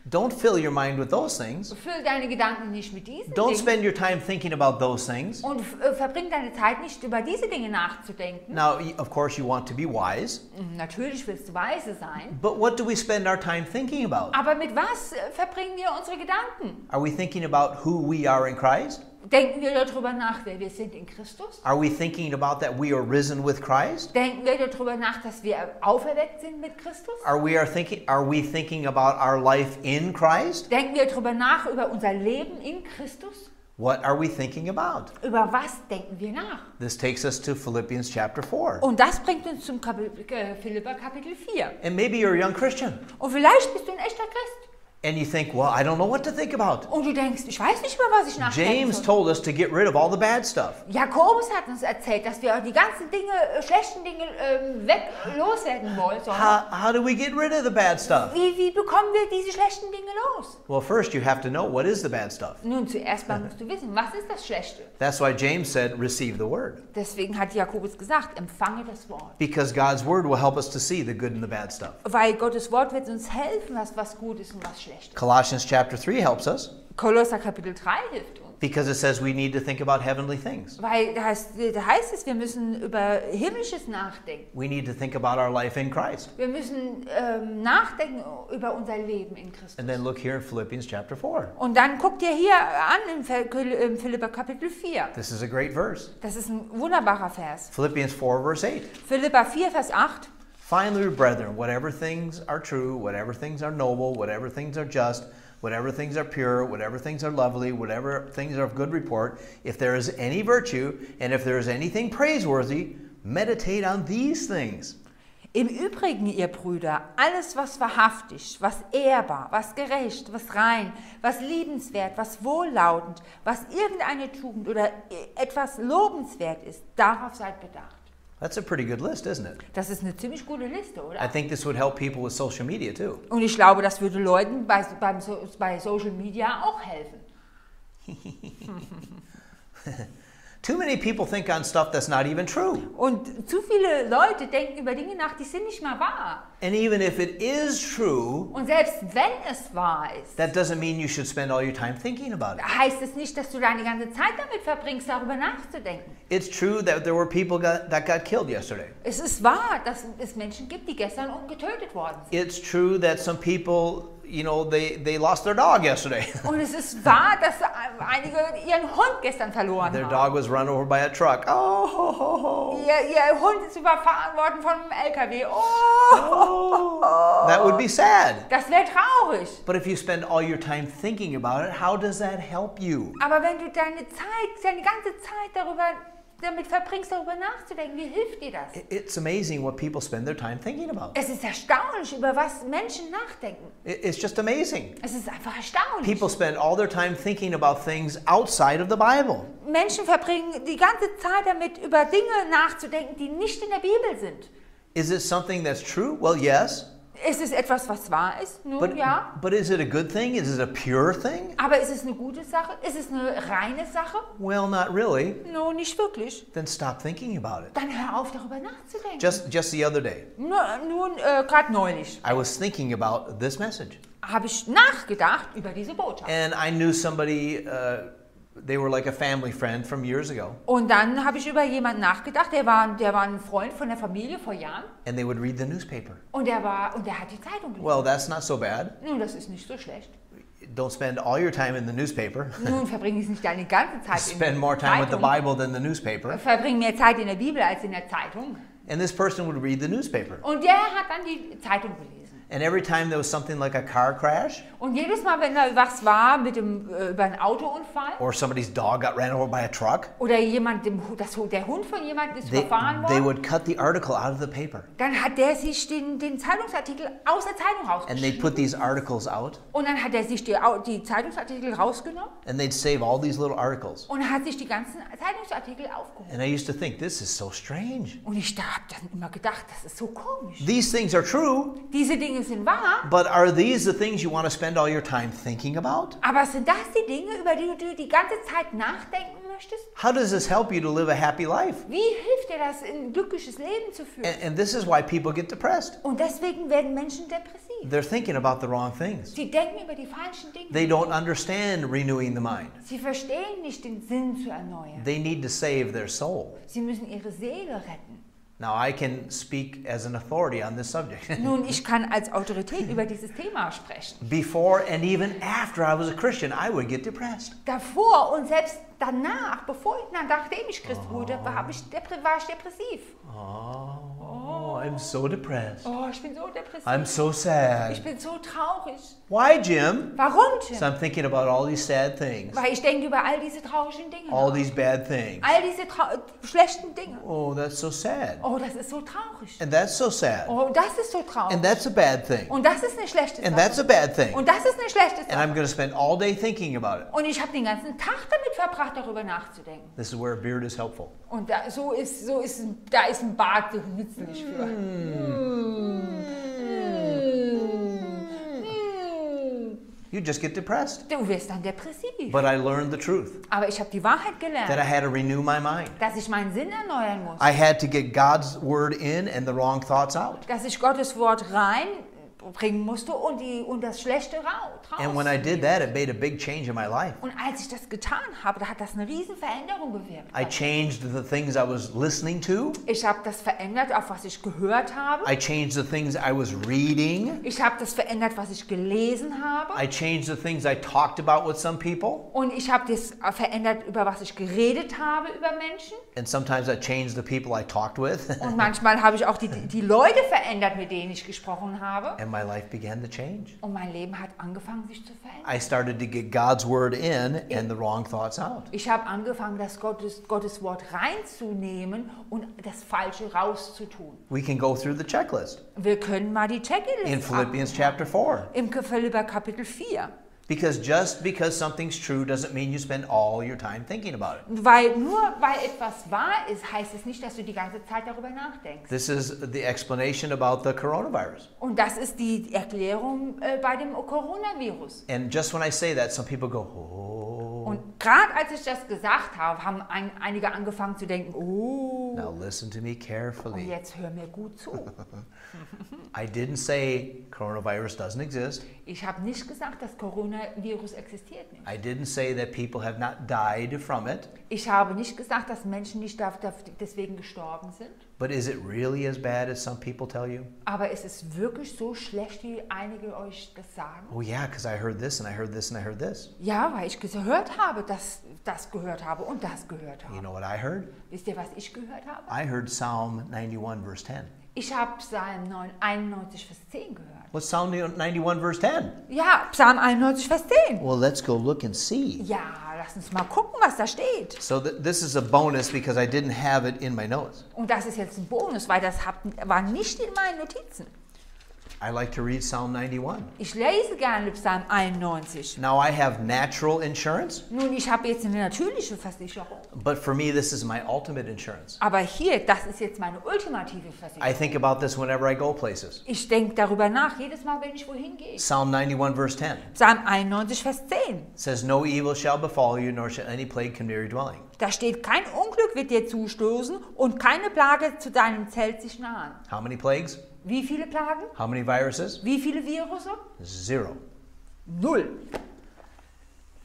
Speaker 1: Don't fill your mind with those things.
Speaker 2: Füll deine Gedanken nicht mit diesen
Speaker 1: Don't
Speaker 2: Dingen.
Speaker 1: spend your time thinking about those things.
Speaker 2: Und äh, verbring deine Zeit nicht, über diese Dinge nachzudenken. Hm,
Speaker 1: Now, y- of course, you want to be wise,
Speaker 2: Natürlich willst du weise sein.
Speaker 1: but what do we spend our time thinking about?
Speaker 2: Aber mit was äh, verbringen wir unsere Gedanken?
Speaker 1: Are we thinking about who we are in Christ?
Speaker 2: Denken wir darüber nach, wer wir sind in Christus?
Speaker 1: Are we thinking about that we are risen with Christ?
Speaker 2: Denken wir darüber nach, dass wir auferweckt sind mit Christus?
Speaker 1: Are we are thinking are we thinking about our life in Christ?
Speaker 2: Denken wir darüber nach, über unser Leben in Christus?
Speaker 1: What are we thinking about?
Speaker 2: Über was denken wir nach?
Speaker 1: This takes us to Philippians chapter 4.
Speaker 2: Und das bringt uns zum Kapitel, äh, Philipper Kapitel 4.
Speaker 1: And maybe you're a young Christian
Speaker 2: Und vielleicht bist du ein echter Christ.
Speaker 1: and you think, "Well, I don't know what to think about."
Speaker 2: Und du denkst, ich weiß nicht mehr, was ich nachdenken
Speaker 1: James
Speaker 2: soll.
Speaker 1: told us to get rid of all the bad stuff.
Speaker 2: Jakobus hat uns erzählt, dass wir die ganzen Dinge, äh, schlechten Dinge ähm, weg loswerden wollen. Sollen.
Speaker 1: How, how do we get rid of the bad stuff?
Speaker 2: Wie, wie bekommen wir diese schlechten Dinge los?
Speaker 1: Well, first you have to know what is the bad stuff.
Speaker 2: Nun, zuerst mal musst du wissen, was ist das Schlechte?
Speaker 1: That's why James said, "Receive the word."
Speaker 2: Deswegen hat Jakobus gesagt, empfange das Wort.
Speaker 1: Because God's word will help us to see the good and the bad stuff.
Speaker 2: Weil Gottes Wort wird uns helfen, was, was gut ist und was schlecht ist.
Speaker 1: Colossians chapter 3 helps us
Speaker 2: Kolosser Kapitel 3 hilft uns.
Speaker 1: because it says we need to think about heavenly things.
Speaker 2: Weil da heißt, da heißt es, wir müssen über Himmlisches nachdenken.
Speaker 1: We need to think about our life in Christ.
Speaker 2: Wir müssen ähm, nachdenken über unser Leben in Christus.
Speaker 1: And then look here in Philippians chapter 4.
Speaker 2: Und dann guckt ihr hier an in Phil- in Philipper Kapitel 4.
Speaker 1: This is a great verse.
Speaker 2: Das ist ein wunderbarer Vers.
Speaker 1: Philippians 4, verse 8.
Speaker 2: Philipper 4, Vers 8.
Speaker 1: Finally, brethren, whatever things are true, whatever things are noble, whatever things are just, whatever things are pure, whatever things are lovely, whatever things are of good report, if there is any virtue and if there is anything praiseworthy, meditate on these things.
Speaker 2: Im Übrigen, ihr Brüder, alles, was wahrhaftig, was ehrbar, was gerecht, was rein, was liebenswert, was wohllautend, was irgendeine Tugend oder e-, etwas lobenswert ist, darauf seid bedacht.
Speaker 1: That's a pretty good list, isn't it?
Speaker 2: Das ist eine ziemlich gute Liste,
Speaker 1: I
Speaker 2: oder?
Speaker 1: think this would help people with social media too.
Speaker 2: Und ich glaube, das würde Leuten bei, beim, So- bei Social Media auch helfen.
Speaker 1: Too many people think on stuff that's not even true.
Speaker 2: Und zu viele Leute denken über Dinge nach, die sind nicht mal wahr.
Speaker 1: And even if it is true,
Speaker 2: Und selbst wenn es wahr ist,
Speaker 1: that doesn't mean you should spend all your time thinking about it.
Speaker 2: heißt es nicht, dass du deine ganze Zeit damit verbringst, darüber nachzudenken.
Speaker 1: It's true that there were people got, that got killed yesterday.
Speaker 2: Es ist wahr, dass es Menschen gibt, die gestern umgetötet worden sind.
Speaker 1: It's true that some people, you know, they, they lost their dog yesterday. [laughs]
Speaker 2: Und es ist wahr, dass einige ihren Hund gestern verloren
Speaker 1: their
Speaker 2: haben.
Speaker 1: dog was run over by a truck. Oh, ho, ho, ho.
Speaker 2: Ihr, ihr Hund ist überfahren worden von einem LKW. Oh!
Speaker 1: that would be sad.
Speaker 2: Das wäre traurig.
Speaker 1: But if you spend all your time thinking about it, how does that help you?
Speaker 2: Aber wenn du deine Zeit, deine ganze Zeit darüber, damit verbringst, darüber nachzudenken, wie hilft dir das?
Speaker 1: I- It's amazing what people spend their time thinking about.
Speaker 2: Es ist erstaunlich, über was Menschen nachdenken.
Speaker 1: I- It's just amazing.
Speaker 2: Es ist einfach erstaunlich.
Speaker 1: People spend all their time thinking about things outside of the Bible.
Speaker 2: Menschen verbringen die ganze Zeit damit, über Dinge nachzudenken, die nicht in der Bibel sind.
Speaker 1: Is it something that's true? Well, yes.
Speaker 2: Es ist etwas, was wahr ist, nun
Speaker 1: But,
Speaker 2: ja.
Speaker 1: but is it a good thing? Is it a pure thing?
Speaker 2: Aber ist es eine gute Sache? Ist es eine reine Sache?
Speaker 1: Well, not really.
Speaker 2: No, nicht wirklich.
Speaker 1: Then stop thinking about it.
Speaker 2: Dann hör auf, darüber nachzudenken.
Speaker 1: Just just the other day,
Speaker 2: Nur, nun, äh, gerade neulich
Speaker 1: I was thinking about this message,
Speaker 2: habe ich nachgedacht über diese Botschaft.
Speaker 1: and I knew somebody. Uh, they were like a family friend from years ago,
Speaker 2: Und dann habe ich über jemanden nachgedacht, der war, der war ein Freund von der Familie vor Jahren
Speaker 1: and they would read the newspaper.
Speaker 2: und der, war, und der hat die Zeitung gelesen.
Speaker 1: Well, that's not so bad.
Speaker 2: Nun, das ist nicht so schlecht.
Speaker 1: Don't spend all your time in the newspaper.
Speaker 2: Nun verbringe ich nicht deine ganze
Speaker 1: [laughs]
Speaker 2: Zeit in der
Speaker 1: spend more time with the
Speaker 2: Zeitung.
Speaker 1: Bible than the newspaper.
Speaker 2: verbringen mehr Zeit in der Bibel als in der Zeitung.
Speaker 1: And this person would read the newspaper,
Speaker 2: Und der hat dann die Zeitung gelesen.
Speaker 1: and every time there was something like a car crash
Speaker 2: Und jedes Mal, wenn da was war mit dem, äh, über einen Autounfall
Speaker 1: or somebody's dog got ran over by a truck,
Speaker 2: oder jemand, dem, Hu- das, Hu- der Hund von jemandem ist
Speaker 1: they,
Speaker 2: verfahren
Speaker 1: they
Speaker 2: worden,
Speaker 1: would cut the article out of the paper,
Speaker 2: dann hat der sich den, den Zeitungsartikel aus der Zeitung
Speaker 1: and they'd
Speaker 2: rausgeschrieben.
Speaker 1: put these articles out,
Speaker 2: Und dann hat er sich die, Au- die Zeitungsartikel rausgenommen
Speaker 1: and they'd save all these little articles.
Speaker 2: und hat sich die ganzen Zeitungsartikel aufgehoben.
Speaker 1: And I used to think, this is so strange.
Speaker 2: Und ich da habe dann immer gedacht, das ist so komisch.
Speaker 1: These things are true,
Speaker 2: Diese Dinge sind wahr,
Speaker 1: but are these the things you want to spend all your time thinking about?
Speaker 2: aber sind das die Dinge, über die du die ganze Zeit nachdenken möchtest?
Speaker 1: How does this help you to live a happy life?
Speaker 2: Wie hilft dir das, ein glückliches Leben zu führen?
Speaker 1: And, and this is why people get depressed.
Speaker 2: Und deswegen werden Menschen depressiv.
Speaker 1: They're thinking about the wrong things.
Speaker 2: Sie denken über die falschen Dinge.
Speaker 1: They don't understand renewing the mind.
Speaker 2: Sie verstehen nicht den Sinn zu erneuern.
Speaker 1: They need to save their soul.
Speaker 2: Sie müssen ihre Seele retten.
Speaker 1: Now I can speak as an authority on this subject. [laughs]
Speaker 2: Nun, ich kann als Autorität über dieses Thema sprechen.
Speaker 1: Before and even after I was a Christian, I would get depressed.
Speaker 2: Davor und selbst danach, bevor na, nachdem ich Christ wurde, war ich, depri war ich depressiv.
Speaker 1: Oh, I'm so depressed.
Speaker 2: Oh, ich bin so depressiv.
Speaker 1: I'm so
Speaker 2: ich
Speaker 1: sad.
Speaker 2: bin so traurig.
Speaker 1: Why, Jim?
Speaker 2: Warum, Tim?
Speaker 1: So I'm thinking about all these sad things,
Speaker 2: Weil ich denke über all diese traurigen Dinge.
Speaker 1: all
Speaker 2: nach.
Speaker 1: these bad things.
Speaker 2: all diese trau- schlechten Dinge.
Speaker 1: Oh, that's so sad.
Speaker 2: Oh, das ist so traurig.
Speaker 1: And that's so sad.
Speaker 2: Oh, das ist so traurig.
Speaker 1: And that's a bad thing.
Speaker 2: Und das ist eine schlechte
Speaker 1: And
Speaker 2: Sache.
Speaker 1: that's a bad thing.
Speaker 2: Und das ist eine schlechte
Speaker 1: And
Speaker 2: Sache.
Speaker 1: I'm going to spend all day thinking about it.
Speaker 2: Und ich habe den ganzen Tag damit verbracht, darüber nachzudenken.
Speaker 1: This is where a beard is helpful.
Speaker 2: Und da, so ist, so ist, ein- da ist ein Bart so nützlich für. Mm.
Speaker 1: You just get depressed.
Speaker 2: Du wirst dann depressiv.
Speaker 1: But I learned the truth
Speaker 2: Aber ich habe die Wahrheit
Speaker 1: that I
Speaker 2: gelernt,
Speaker 1: had to renew my mind.
Speaker 2: dass ich meinen Sinn erneuern muss.
Speaker 1: I had to get God's word in and the wrong thoughts out.
Speaker 2: Dass ich Gottes Wort reinbringen musste und, die, und das Schlechte raus.
Speaker 1: And when I did that, it made a big change in my life.
Speaker 2: Und als ich das getan habe, da hat das eine riesen Veränderung bewirkt.
Speaker 1: I changed the things I was listening to.
Speaker 2: Ich habe das verändert, auf was ich gehört habe.
Speaker 1: I changed the things I was reading.
Speaker 2: Ich habe das verändert, was ich gelesen habe.
Speaker 1: I changed the things I talked about with some people.
Speaker 2: Und ich habe das verändert, über was ich geredet habe über Menschen.
Speaker 1: And sometimes I changed the people I talked with. [laughs]
Speaker 2: Und manchmal habe ich auch die, die Leute verändert, mit denen ich gesprochen habe.
Speaker 1: And my life began to change.
Speaker 2: Und mein Leben hat angefangen, sich zu verändern.
Speaker 1: I started to get God's word in and the wrong thoughts out.
Speaker 2: Ich habe angefangen, das Gottes, Gottes Wort reinzunehmen und das Falsche rauszutun.
Speaker 1: We can go through the checklist
Speaker 2: Wir können mal die
Speaker 1: in
Speaker 2: Checkliste ab-
Speaker 1: Philippians chapter 4.
Speaker 2: im Philipper Kapitel 4.
Speaker 1: Because just because something's true doesn't mean you spend all your time thinking about it.
Speaker 2: Weil nur weil etwas wahr ist, heißt es nicht, dass du die ganze Zeit darüber nachdenkst.
Speaker 1: This is the explanation about the coronavirus.
Speaker 2: Und das ist die Erklärung äh, bei dem Coronavirus.
Speaker 1: And just when I say that, some people go, oh.
Speaker 2: Und gerade als ich das gesagt habe, haben ein, einige angefangen zu denken, oh,
Speaker 1: Now listen to me
Speaker 2: und
Speaker 1: carefully.
Speaker 2: jetzt hör mir gut zu. [laughs]
Speaker 1: I didn't say coronavirus doesn't exist.
Speaker 2: Ich habe nicht gesagt, das Coronavirus existiert nicht.
Speaker 1: I didn't say that people have not died from it.
Speaker 2: Ich habe nicht gesagt, dass Menschen nicht da- da- deswegen gestorben sind.
Speaker 1: But is it really as bad as some people tell you?
Speaker 2: Aber es ist wirklich so schlecht, wie einige euch das sagen.
Speaker 1: Oh, yeah, because I heard this and I heard this and I heard this.
Speaker 2: Ja, weil ich gehört habe, dass das gehört habe und das gehört habe.
Speaker 1: You know what I heard?
Speaker 2: Wisst ihr, was ich gehört habe?
Speaker 1: I heard Psalm 91, verse 10.
Speaker 2: Ich habe Psalm 9 91, Vers 10 gehört.
Speaker 1: What's Psalm 91, verse 10?
Speaker 2: Ja, Psalm 91, Vers 10.
Speaker 1: Well, let's go look and see.
Speaker 2: Ja, lass uns mal gucken, was da steht.
Speaker 1: So th- this is a bonus because I didn't have it in my notes.
Speaker 2: Und das ist jetzt ein Bonus, weil das hab, war nicht in meinen Notizen.
Speaker 1: I like to read Psalm 91.
Speaker 2: Ich lese gerne Psalm 91.
Speaker 1: Now I have natural insurance,
Speaker 2: Nun, ich habe jetzt eine natürliche Versicherung.
Speaker 1: but for me this is my ultimate insurance.
Speaker 2: Aber hier, das ist jetzt meine ultimative Versicherung.
Speaker 1: I think about this whenever I go places.
Speaker 2: Ich denke darüber nach, jedes Mal, wenn ich wohin gehe.
Speaker 1: Psalm 91 verse 10
Speaker 2: Psalm 91, Vers 10.
Speaker 1: says, "No evil shall befall you, nor shall any plague come near your dwelling."
Speaker 2: Da steht, kein Unglück wird dir zustoßen und keine Plage zu deinem Zelt sich nahen.
Speaker 1: How many plagues?
Speaker 2: Wie viele Plagen?
Speaker 1: How many viruses?
Speaker 2: Wie viele Virusse?
Speaker 1: Zero.
Speaker 2: Null.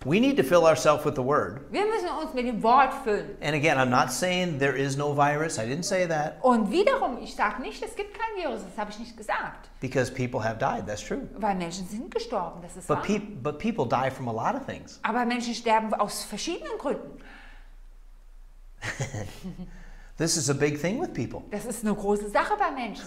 Speaker 1: We need to fill ourselves with the Word.
Speaker 2: Wir müssen uns mit dem Wort füllen.
Speaker 1: And again, I'm not saying there is no virus. I didn't say that
Speaker 2: Und wiederum, ich sage nicht, es gibt kein Virus, das habe ich nicht gesagt.
Speaker 1: because people have died. That's true.
Speaker 2: Weil Menschen sind gestorben, das ist wahr.
Speaker 1: But, peop but people die from a lot of things.
Speaker 2: Aber Menschen sterben aus verschiedenen Gründen.
Speaker 1: This is a big thing with people.
Speaker 2: Das ist eine große Sache bei Menschen.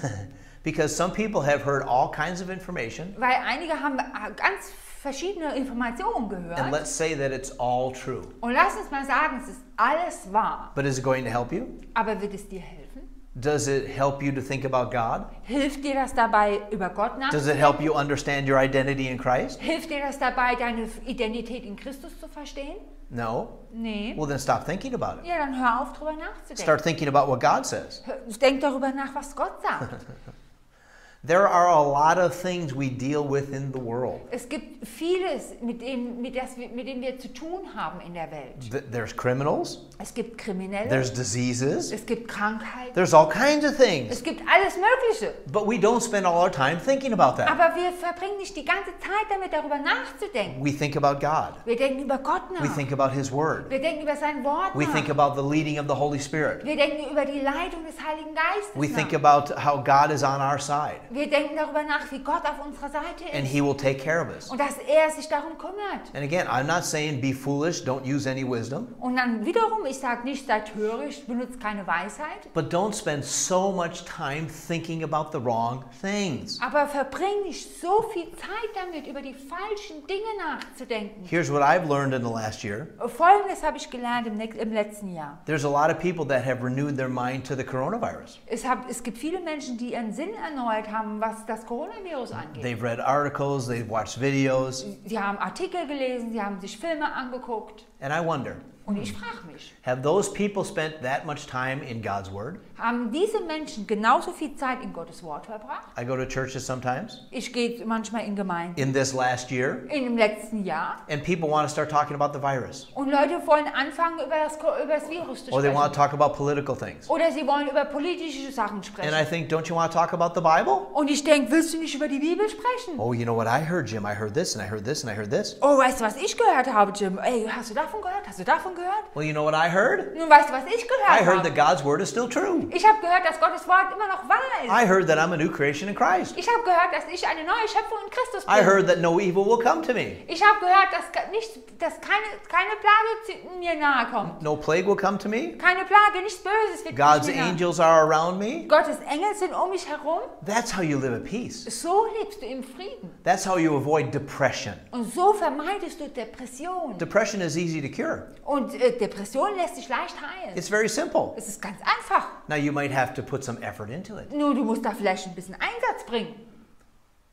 Speaker 1: Because some people have heard all kinds of information,
Speaker 2: Weil einige haben ganz verschiedene Informationen
Speaker 1: and
Speaker 2: gehört.
Speaker 1: let's say that it's all true.
Speaker 2: Und lass uns mal sagen, es ist alles wahr.
Speaker 1: But is it going to help you?
Speaker 2: Aber wird es dir helfen?
Speaker 1: Does it help you to think about God?
Speaker 2: Hilft dir das dabei, über Gott
Speaker 1: Does
Speaker 2: nachzudenken?
Speaker 1: it help you understand your identity in Christ?
Speaker 2: Hilft dir das dabei, deine Identität in Christus zu verstehen?
Speaker 1: No.
Speaker 2: Nee.
Speaker 1: Well, then stop thinking about it.
Speaker 2: Ja, dann hör auf, drüber nachzudenken.
Speaker 1: Start thinking about what God says.
Speaker 2: Hör- Denk darüber nach, was Gott sagt.
Speaker 1: There are a lot of things we deal with in the world.
Speaker 2: Es gibt vieles, mit dem, mit, das, wir- mit dem wir zu tun haben in der Welt.
Speaker 1: Th- There's criminals,
Speaker 2: Es gibt Kriminelle,
Speaker 1: there's diseases,
Speaker 2: es gibt Krankheiten,
Speaker 1: there's all kinds of
Speaker 2: es
Speaker 1: things.
Speaker 2: gibt alles Mögliche.
Speaker 1: But we don't spend all our time thinking about that.
Speaker 2: Aber wir verbringen nicht die ganze Zeit damit, darüber nachzudenken.
Speaker 1: We think about God,
Speaker 2: Wir denken über Gott
Speaker 1: we
Speaker 2: nach.
Speaker 1: think about His Word,
Speaker 2: Wir denken über sein Wort
Speaker 1: we think
Speaker 2: nach.
Speaker 1: about the leading of the Holy Spirit,
Speaker 2: Wir denken über die Leitung des Heiligen Geistes
Speaker 1: we think
Speaker 2: nach.
Speaker 1: about how God is on our side
Speaker 2: Wir denken darüber nach, wie Gott auf unserer Seite ist
Speaker 1: and He will take care of us.
Speaker 2: und dass er sich darum kümmert.
Speaker 1: And again, I'm not saying be foolish, don't use any wisdom,
Speaker 2: Und dann wiederum, ich sage nicht, seid hörig, benutzt keine Weisheit,
Speaker 1: but don't spend so much time thinking about the wrong things.
Speaker 2: aber verbring nicht so viel Zeit damit, über die falschen Dinge nachzudenken.
Speaker 1: Here's what I've learned in the last year.
Speaker 2: Folgendes habe ich gelernt im, nex- im letzten Jahr.
Speaker 1: There's a lot of people that have renewed their mind to the coronavirus.
Speaker 2: Es, hab, es gibt viele Menschen, die ihren Sinn erneuert haben, was das Coronavirus angeht.
Speaker 1: They've read articles, they've watched videos,
Speaker 2: Sie haben Artikel gelesen, sie haben sich Filme angeguckt.
Speaker 1: and I wonder
Speaker 2: Und ich frage mich,
Speaker 1: have those people spent that much time in God's Word?
Speaker 2: haben diese Menschen genauso viel Zeit in Gottes Wort verbracht?
Speaker 1: I go to churches sometimes
Speaker 2: Ich gehe manchmal in Gemeinden.
Speaker 1: in this last year,
Speaker 2: In dem letzten Jahr.
Speaker 1: and people want to start talking about the virus,
Speaker 2: Und Leute wollen anfangen, über das, Ko- über das Virus zu
Speaker 1: or they want
Speaker 2: sprechen.
Speaker 1: to talk about political things.
Speaker 2: Oder sie wollen über politische Sachen
Speaker 1: And I
Speaker 2: sprechen.
Speaker 1: think, don't you want to talk about the Bible?
Speaker 2: Und ich denke, willst du nicht über die Bibel sprechen?
Speaker 1: Oh, you know what I heard, Jim? I heard this, and I heard this, and I heard this.
Speaker 2: Oh, weißt du, was ich gehört habe, Jim? Ey, hast du davon gehört? Hast du davon gehört?
Speaker 1: Well, you know what I heard?
Speaker 2: Nun weißt du, was ich
Speaker 1: I
Speaker 2: gehört
Speaker 1: heard that
Speaker 2: habe?
Speaker 1: God's Word is still true.
Speaker 2: Ich habe gehört, dass Gottes Wort immer noch wahr ist.
Speaker 1: I heard that I'm a new creation in Christ.
Speaker 2: Ich habe gehört, dass ich eine neue Schöpfung in Christus
Speaker 1: I
Speaker 2: bin.
Speaker 1: heard that no evil will come to me,
Speaker 2: Ich habe gehört, dass, ke- nicht, dass keine, keine Plage zu mir nahe kommt.
Speaker 1: no plague will come to me.
Speaker 2: Keine Plage, nichts Böses wird
Speaker 1: God's
Speaker 2: mir nahe.
Speaker 1: angels are around me.
Speaker 2: Gottes Engel sind um mich herum.
Speaker 1: That's how you live at peace.
Speaker 2: So lebst du im Frieden.
Speaker 1: That's how you avoid depression.
Speaker 2: Und so vermeidest du Depressionen.
Speaker 1: Depression is easy to cure.
Speaker 2: Und äh, Depression lässt sich leicht heilen.
Speaker 1: It's very simple.
Speaker 2: Es ist ganz einfach.
Speaker 1: Now you might have to put some effort into it.
Speaker 2: Nur du musst da vielleicht ein bisschen Einsatz bringen.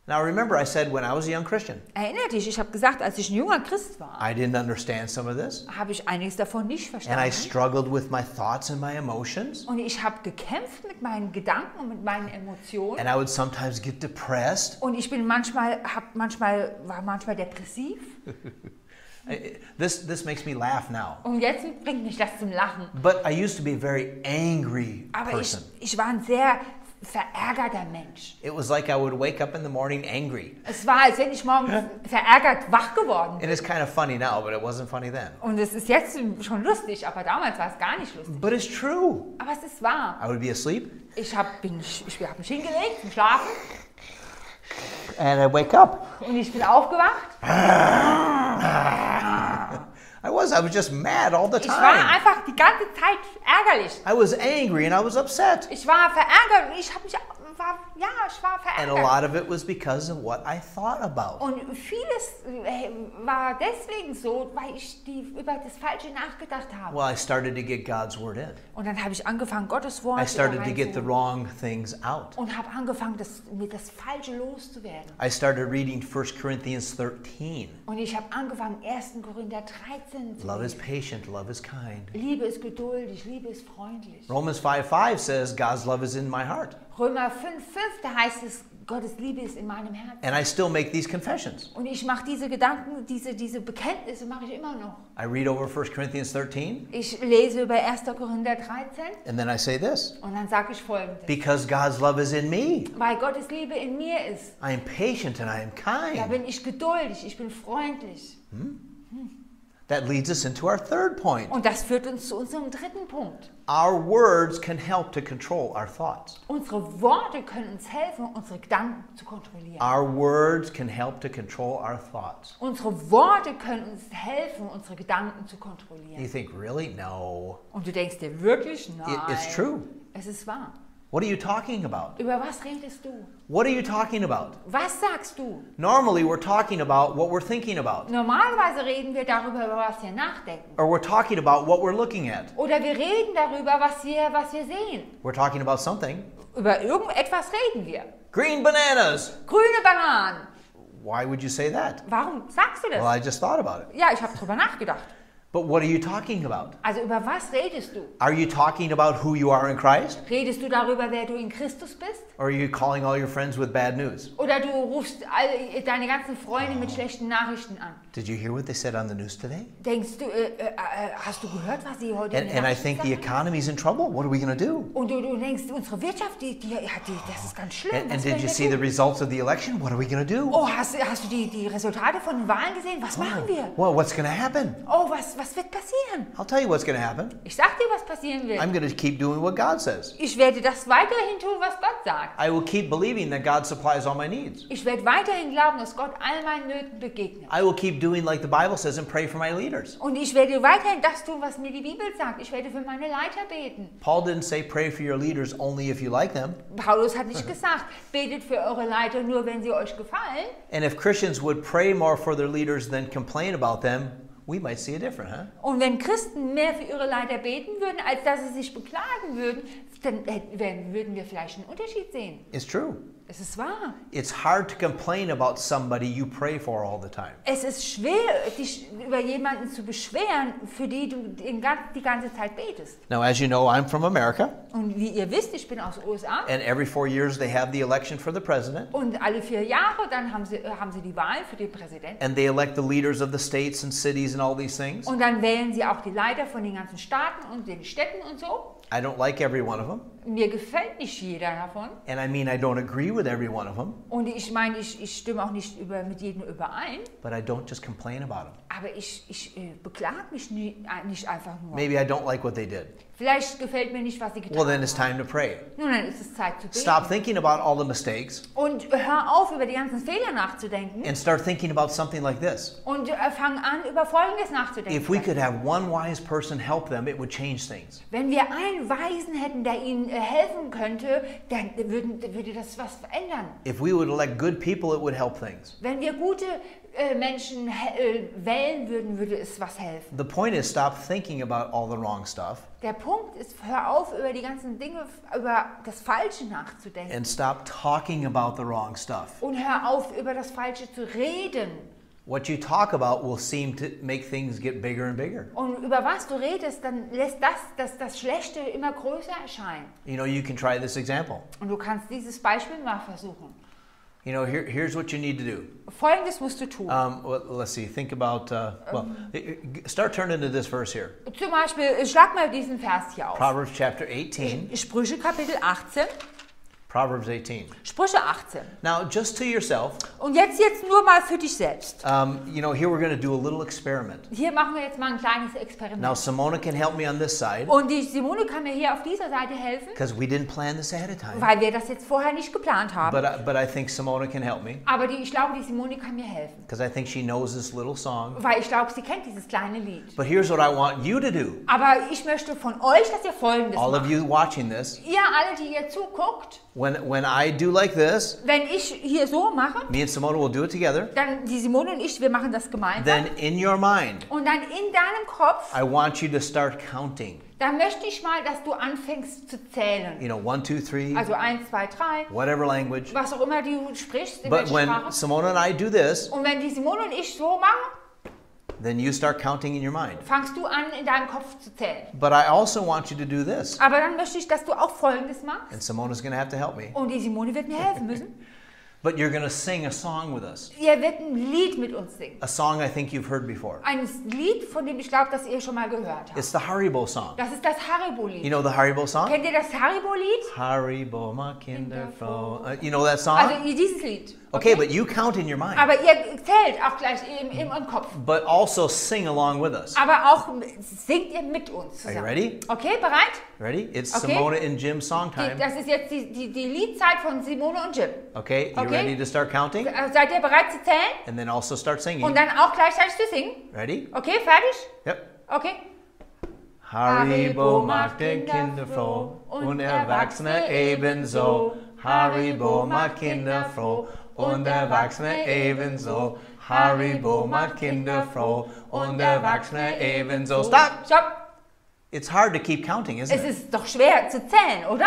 Speaker 1: Now remember I said when I was a young Christian,
Speaker 2: Erinnere dich, ich habe gesagt, als ich ein junger Christ war,
Speaker 1: I didn't understand some of this
Speaker 2: habe ich einiges davon nicht
Speaker 1: and I
Speaker 2: verstanden.
Speaker 1: struggled with my thoughts and my emotions
Speaker 2: Und ich habe gekämpft mit meinen Gedanken und mit meinen Emotionen.
Speaker 1: and I would sometimes get depressed.
Speaker 2: Und ich bin manchmal, hab manchmal, war manchmal depressiv.
Speaker 1: I- This this makes me laugh now.
Speaker 2: Und jetzt bringt mich das zum Lachen.
Speaker 1: But I used to be a very angry
Speaker 2: Aber ich,
Speaker 1: person.
Speaker 2: ich war ein sehr verärgerter Mensch.
Speaker 1: It was like I would wake up in the morning angry.
Speaker 2: Es war, als wenn ich morgens verärgert wach geworden bin.
Speaker 1: And it's kind of funny now, but it wasn't funny then.
Speaker 2: Und es ist jetzt schon lustig, aber damals war es gar nicht lustig.
Speaker 1: But it's true.
Speaker 2: Aber es ist wahr.
Speaker 1: I would be asleep
Speaker 2: Ich habe ich, ich hab mich hingelegt zum Schlafen
Speaker 1: and I'd wake up
Speaker 2: und ich bin aufgewacht.
Speaker 1: I was. I was just mad all the
Speaker 2: Ich war
Speaker 1: time.
Speaker 2: einfach die ganze Zeit ärgerlich.
Speaker 1: I was angry and I was upset.
Speaker 2: Ich war verärgert und ich habe mich, war, ja, ich war
Speaker 1: And a
Speaker 2: verärgert.
Speaker 1: lot of it was because of what I thought about.
Speaker 2: Und vieles äh, war deswegen so, weil ich die, über das Falsche nachgedacht habe.
Speaker 1: Well, I started to get God's word in.
Speaker 2: Und dann habe ich angefangen, Gottes
Speaker 1: Oh,
Speaker 2: Wort
Speaker 1: I
Speaker 2: wieder
Speaker 1: started to get the
Speaker 2: reinzuholen.
Speaker 1: wrong things out.
Speaker 2: und habe angefangen, das, mir das Falsche loszuwerden.
Speaker 1: I started reading 1 Corinthians 13.
Speaker 2: Und ich habe angefangen, 1. Korinther 13 zu
Speaker 1: Love is
Speaker 2: lesen.
Speaker 1: patient, love is kind.
Speaker 2: Liebe ist geduldig, Liebe ist freundlich.
Speaker 1: Romans 5 5 says, God's love is in my heart.
Speaker 2: Römer 5, 5, da heißt es, Gottes Liebe ist in meinem Herzen.
Speaker 1: And I still make these confessions.
Speaker 2: Und ich mache diese Gedanken, diese, diese Bekenntnisse mache ich immer noch.
Speaker 1: I read over 1 Corinthians 13
Speaker 2: Ich lese über 1. Korinther 13
Speaker 1: and then I say this
Speaker 2: und dann sage ich folgendes.
Speaker 1: Because God's love is in me,
Speaker 2: Weil Gottes Liebe in mir ist,
Speaker 1: I am patient and I am
Speaker 2: da
Speaker 1: kind.
Speaker 2: bin ich geduldig, ich bin freundlich.
Speaker 1: That leads us into our third point.
Speaker 2: Und das führt uns zu unserem dritten Punkt.
Speaker 1: Our words can help to control our thoughts.
Speaker 2: Unsere Worte können uns helfen, unsere Gedanken zu kontrollieren.
Speaker 1: Our words can help to control our thoughts.
Speaker 2: Unsere Worte können uns helfen, unsere Gedanken zu
Speaker 1: You
Speaker 2: kontrollieren.
Speaker 1: think, really? No.
Speaker 2: Und du denkst dir wirklich, nein,
Speaker 1: I- It's true.
Speaker 2: es ist wahr.
Speaker 1: What are you talking about?
Speaker 2: Über was redest du?
Speaker 1: What are you talking about?
Speaker 2: Was sagst du?
Speaker 1: Normally, we're talking about what we're thinking about,
Speaker 2: Normalerweise reden wir darüber, über was wir nachdenken.
Speaker 1: or we're talking about what we're looking at.
Speaker 2: Oder wir reden darüber, was wir, was wir sehen.
Speaker 1: We're talking about something.
Speaker 2: Über irgendetwas reden wir.
Speaker 1: Green bananas.
Speaker 2: Grüne Bananen.
Speaker 1: Why would you say that?
Speaker 2: Warum sagst du das?
Speaker 1: Well, I just thought about it.
Speaker 2: Ja, ich habe drüber nachgedacht.
Speaker 1: But what are you talking about?
Speaker 2: Also über was redest du?
Speaker 1: Are you talking about who you are in Christ?
Speaker 2: Redest du darüber, wer du in Christus bist?
Speaker 1: Or are you calling all your friends with bad news?
Speaker 2: Oder du rufst all deine ganzen Freunde mit schlechten Nachrichten an?
Speaker 1: Did you hear what they said on the news today?
Speaker 2: Denkst du, äh, äh, äh, hast du gehört, was sie heute in
Speaker 1: And, and
Speaker 2: den
Speaker 1: I
Speaker 2: Nachrichten
Speaker 1: think the
Speaker 2: sagen?
Speaker 1: economy's in trouble. What are we going to do?
Speaker 2: Und du, du denkst, unsere Wirtschaft, die, die, ja, die, das ist ganz schlimm.
Speaker 1: And, and
Speaker 2: Was
Speaker 1: did
Speaker 2: werden
Speaker 1: you
Speaker 2: wir
Speaker 1: see the
Speaker 2: tun?
Speaker 1: results of the election? What are we going to do?
Speaker 2: Oh, hast, hast du die, die Resultate von den Wahlen gesehen? Was
Speaker 1: Oh.
Speaker 2: machen wir?
Speaker 1: Well, what's going to happen?
Speaker 2: Oh, was, was wird passieren?
Speaker 1: I'll tell you what's going to happen.
Speaker 2: Ich sag dir, was passieren wird.
Speaker 1: I'm going to keep doing what God says.
Speaker 2: Ich werde das weiterhin tun, was Gott sagt.
Speaker 1: I will keep believing that God supplies all my needs.
Speaker 2: Ich werde weiterhin glauben, dass Gott all meinen Nöten begegnet.
Speaker 1: I will keep doing like the Bible says and pray for my leaders.
Speaker 2: Und ich werde weiterhin das tun, was mir die Bibel sagt. Ich werde für meine Leiter beten.
Speaker 1: Paul didn't say pray for your leaders only if you like them.
Speaker 2: Paulus hat nicht gesagt, betet für eure Leiter nur, wenn sie euch gefallen.
Speaker 1: And if Christians would pray more for their leaders than complain about them, we might see a difference, huh?
Speaker 2: Und wenn Christen mehr für ihre Leiter beten würden, als dass sie sich beklagen würden, dann hätten- wär- würden wir vielleicht einen Unterschied sehen.
Speaker 1: It's true.
Speaker 2: Es ist wahr.
Speaker 1: It's hard to complain about somebody you pray for all the time.
Speaker 2: Es ist schwer, dich über jemanden zu beschweren, für die du den gan- die ganze Zeit betest.
Speaker 1: Now, as you know, I'm from America,
Speaker 2: Und wie ihr wisst, ich bin aus den USA.
Speaker 1: and every four years they have the election for the president,
Speaker 2: Und alle vier Jahre, dann haben sie, haben sie die Wahl für den Präsidenten.
Speaker 1: and they elect the leaders of the states and cities and all these things.
Speaker 2: Und dann wählen sie auch die Leiter von den ganzen Staaten und den Städten und so.
Speaker 1: I don't like every one of them,
Speaker 2: Mir gefällt nicht jeder davon.
Speaker 1: and I mean, I don't agree with every one of them,
Speaker 2: Und ich meine, ich, ich stimme auch nicht über, mit jedem überein.
Speaker 1: but I don't just complain about them.
Speaker 2: Aber ich, ich äh, beklage mich nie, äh, nicht einfach nur.
Speaker 1: Maybe I don't like what they did.
Speaker 2: Vielleicht gefällt mir nicht, was sie getan
Speaker 1: Well, then it's
Speaker 2: haben.
Speaker 1: time to pray.
Speaker 2: Nun, dann ist es Zeit zu beten.
Speaker 1: Stop thinking about all the mistakes
Speaker 2: Und hör auf, über die ganzen Fehler nachzudenken.
Speaker 1: and start thinking about something like this.
Speaker 2: Und äh, fang an, über Folgendes nachzudenken.
Speaker 1: If we could have one wise person help them, it would change things.
Speaker 2: Wenn wir einen Weisen hätten, der ihnen äh, helfen könnte, dann würden, würde das was verändern.
Speaker 1: If we would elect good people, it would help things.
Speaker 2: Wenn wir gute äh, Menschen he- äh, wählen würden, würde es was helfen.
Speaker 1: The point is, stop thinking about all the wrong stuff
Speaker 2: Der Punkt ist, hör auf, über die ganzen Dinge, über das Falsche nachzudenken.
Speaker 1: and stop talking about the wrong stuff.
Speaker 2: Und hör auf, über das Falsche zu reden.
Speaker 1: What you talk about will seem to make things get bigger and bigger.
Speaker 2: Und über was du redest, dann lässt das, das, das Schlechte immer größer erscheinen.
Speaker 1: You know, you can try this example.
Speaker 2: Und du kannst dieses Beispiel mal versuchen.
Speaker 1: You know, here, here's what you need to do.
Speaker 2: Folgendes musst du tun.
Speaker 1: Um, well, let's see. Think about uh, well. eh, eh, Start turning to this verse here.
Speaker 2: Zum Beispiel, äh, schlag mal diesen Vers hier auf.
Speaker 1: Proverbs chapter 18.
Speaker 2: Sprüche Kapitel 18,
Speaker 1: Proverbs 18.
Speaker 2: Sprüche 18.
Speaker 1: Now, just to yourself,
Speaker 2: Und jetzt, jetzt nur mal für dich selbst.
Speaker 1: um, you know, here we're going to do a little experiment.
Speaker 2: Hier machen wir jetzt mal ein kleines Experiment.
Speaker 1: Now, Simona can help me on this side
Speaker 2: Und die Simone kann mir hier auf dieser Seite helfen,
Speaker 1: because we didn't plan this ahead of time.
Speaker 2: weil wir das jetzt vorher nicht geplant haben.
Speaker 1: But I, but I think Simona can help me
Speaker 2: Aber die, ich glaube, die Simone kann mir helfen,
Speaker 1: because I think she knows this little song.
Speaker 2: weil ich glaube, sie kennt dieses kleine Lied.
Speaker 1: But here's what I want you to do,
Speaker 2: Aber ich möchte von euch, dass ihr Folgendes
Speaker 1: all of
Speaker 2: macht.
Speaker 1: you watching this.
Speaker 2: Ihr alle, die ihr zuguckt,
Speaker 1: When when I do like this,
Speaker 2: wenn ich hier so mache,
Speaker 1: me and Simona will do it together.
Speaker 2: dann die Simone und ich, wir machen das gemeinsam.
Speaker 1: Then in your mind,
Speaker 2: Und dann in deinem Kopf,
Speaker 1: I want you to start counting.
Speaker 2: dann möchte ich mal, dass du anfängst zu zählen.
Speaker 1: you know, one, two, three,
Speaker 2: Also 1, 2, 3,
Speaker 1: whatever language.
Speaker 2: was auch immer du sprichst, in
Speaker 1: But
Speaker 2: welcher
Speaker 1: when
Speaker 2: Sprache.
Speaker 1: Simona and I do this,
Speaker 2: Und wenn die Simone und ich so machen,
Speaker 1: then you start counting in your mind.
Speaker 2: fangst du an, in deinem Kopf zu zählen.
Speaker 1: But I also want you to do this.
Speaker 2: Aber dann möchte ich, dass du auch Folgendes machst.
Speaker 1: And Simona's going to have to help me.
Speaker 2: Und die Simone wird mir helfen müssen.
Speaker 1: But you're going to sing a song with us.
Speaker 2: Ihr werdet ein Lied mit uns singen.
Speaker 1: A song I think you've heard before.
Speaker 2: Ein Lied, von dem ich glaube, dass ihr schon mal gehört habt.
Speaker 1: It's the Haribo song.
Speaker 2: Das ist das
Speaker 1: You
Speaker 2: Haribo-Lied.
Speaker 1: know the Haribo song?
Speaker 2: Kennt ihr das Haribo-Lied?
Speaker 1: Haribo ma kinderfroh. Uh, you know that song?
Speaker 2: Also ihr- dieses Lied.
Speaker 1: Okay, but you count in your mind.
Speaker 2: Aber ihr zählt auch gleich im, im, im Kopf.
Speaker 1: But also sing along with us.
Speaker 2: Aber auch singt ihr mit uns
Speaker 1: Are you
Speaker 2: zusammen.
Speaker 1: ready?
Speaker 2: Okay, bereit?
Speaker 1: Ready? It's
Speaker 2: Okay.
Speaker 1: Simona and Jim song
Speaker 2: Die,
Speaker 1: time.
Speaker 2: das ist jetzt die, die, die Liedzeit von Simone und Jim.
Speaker 1: Okay, you
Speaker 2: Okay.
Speaker 1: ready to start counting?
Speaker 2: Äh, Seid ihr bereit zu zählen?
Speaker 1: And then also start
Speaker 2: Und
Speaker 1: singing.
Speaker 2: dann auch gleichzeitig zu singen?
Speaker 1: Ready?
Speaker 2: Okay, fertig?
Speaker 1: Yep.
Speaker 2: Okay.
Speaker 1: Haribo macht den Kinder e froh und Erwachsene ebenso. Haribo macht Kinder froh und Erwachsene ebenso. Haribo macht Kinder froh und Erwachsene ebenso. Stop!
Speaker 2: Stopp!
Speaker 1: It's hard to keep counting, isn't
Speaker 2: Es
Speaker 1: it?
Speaker 2: ist doch schwer zu zählen, oder?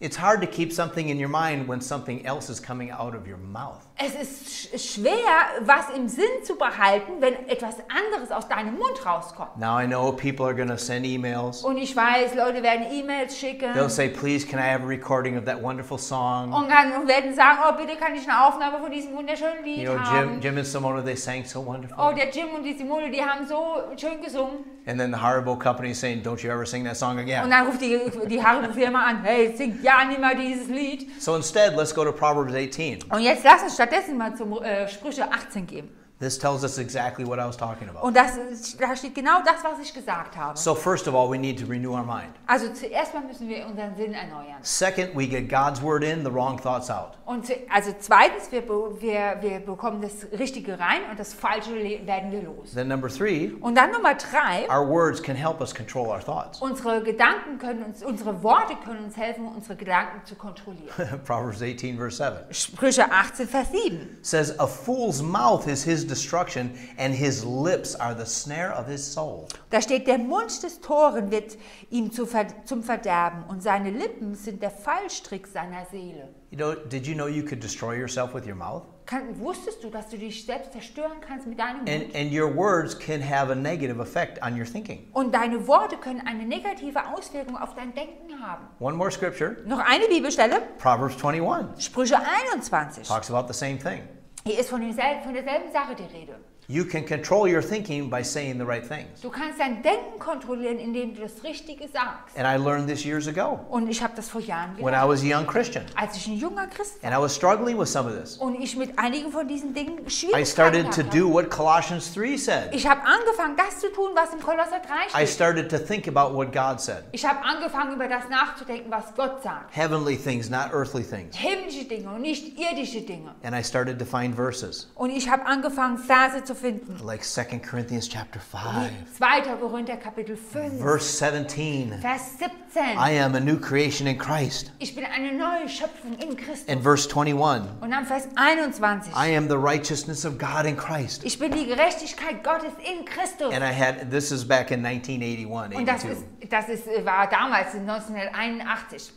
Speaker 1: It's hard to keep something in your mind when something else is coming out of your mouth.
Speaker 2: Es ist sch schwer, was im Sinn zu behalten, wenn etwas anderes aus deinem Mund rauskommt.
Speaker 1: Now I know people are going to send emails.
Speaker 2: Und ich weiß, Leute werden E-Mails schicken
Speaker 1: They'll say, "Please, can I have a recording of that wonderful song?"
Speaker 2: und, kann, und werden sagen, oh bitte kann ich eine Aufnahme von diesem wunderschönen Lied
Speaker 1: You know,
Speaker 2: haben.
Speaker 1: Jim, Jim and Simona, they sang so
Speaker 2: Oh,
Speaker 1: wonderful.
Speaker 2: der Jim und die Simone, die haben so schön gesungen.
Speaker 1: And then the Haribo company is saying, "Don't you ever sing that song
Speaker 2: Und
Speaker 1: again."
Speaker 2: dann ruft die, die Haribo-Firma an, hey, singt ja nicht mal dieses Lied.
Speaker 1: So instead, let's go to Proverbs 18.
Speaker 2: Und jetzt lass uns stattdessen mal zum äh, Sprüche 18 gehen.
Speaker 1: This tells us exactly what I was talking about.
Speaker 2: Und das, ist- da steht genau das, was ich gesagt habe.
Speaker 1: So first of all, we need to renew our mind.
Speaker 2: Also zuerst mal müssen wir unseren Sinn erneuern.
Speaker 1: Second, we get God's word in, the wrong thoughts out.
Speaker 2: Und zu, also zweitens, wir, be- wir, wir bekommen das Richtige rein und das Falsche le- werden wir los.
Speaker 1: Then number 3,
Speaker 2: Und dann Nummer drei,
Speaker 1: our words can help us control our thoughts.
Speaker 2: unsere Gedanken können uns, unsere Worte können uns helfen, unsere Gedanken
Speaker 1: [laughs]
Speaker 2: zu kontrollieren.
Speaker 1: Proverbs 18 verse 7
Speaker 2: Sprüche 18, Vers 7.
Speaker 1: says, "A fool's mouth is his destruction, and his lips are the snare of his soul."
Speaker 2: Da steht, der Mund des Toren wird ihm zu ver, zum Verderben und seine Lippen sind der Fallstrick seiner Seele.
Speaker 1: You know, did you know you could destroy yourself with your mouth?
Speaker 2: Kann, wusstest du, dass du dich selbst zerstören kannst mit deinem Mund?
Speaker 1: And and your words can have a negative effect on your thinking.
Speaker 2: Und deine Worte können eine negative Auswirkung auf dein Denken haben.
Speaker 1: One more scripture,
Speaker 2: Noch eine Bibelstelle,
Speaker 1: Proverbs 21
Speaker 2: Sprüche 21.
Speaker 1: talks about the same thing.
Speaker 2: Hier ist von, demselben, von derselben Sache die Rede.
Speaker 1: You can control your thinking by saying the right things.
Speaker 2: Du kannst dein Denken kontrollieren, indem du das Richtige sagst.
Speaker 1: And I learned this years ago
Speaker 2: Und ich habe das vor Jahren
Speaker 1: when
Speaker 2: gelernt,
Speaker 1: I was a young Christian.
Speaker 2: als ich ein junger Christ war
Speaker 1: And I was struggling with some of this.
Speaker 2: und ich mit einigen von diesen Dingen
Speaker 1: I
Speaker 2: Schwierigkeiten
Speaker 1: started to
Speaker 2: gehabt
Speaker 1: do
Speaker 2: habe.
Speaker 1: what Colossians 3 said.
Speaker 2: Ich habe angefangen, das zu tun, was im Kolosser 3
Speaker 1: I
Speaker 2: steht.
Speaker 1: started to think about what God said.
Speaker 2: Ich habe angefangen, über das nachzudenken, was Gott sagt.
Speaker 1: Heavenly things, not earthly things.
Speaker 2: Himmlische Dinge und nicht irdische Dinge.
Speaker 1: And I started to find verses
Speaker 2: Und ich habe angefangen, Verse zu finden.
Speaker 1: like 2 Corinthians chapter 5,
Speaker 2: Wie 2. Korinther Kapitel 5,
Speaker 1: verse 17.
Speaker 2: Vers 17.
Speaker 1: I am a new creation in Christ.
Speaker 2: Ich bin eine neue Schöpfung in Christus.
Speaker 1: And verse 21.
Speaker 2: Und dann Vers 21.
Speaker 1: I am the righteousness of God in Christ.
Speaker 2: Ich bin die Gerechtigkeit Gottes in Christus.
Speaker 1: And I had this is back in 1981,
Speaker 2: Und das,
Speaker 1: 82.
Speaker 2: ist, das ist, äh, war damals in 1981.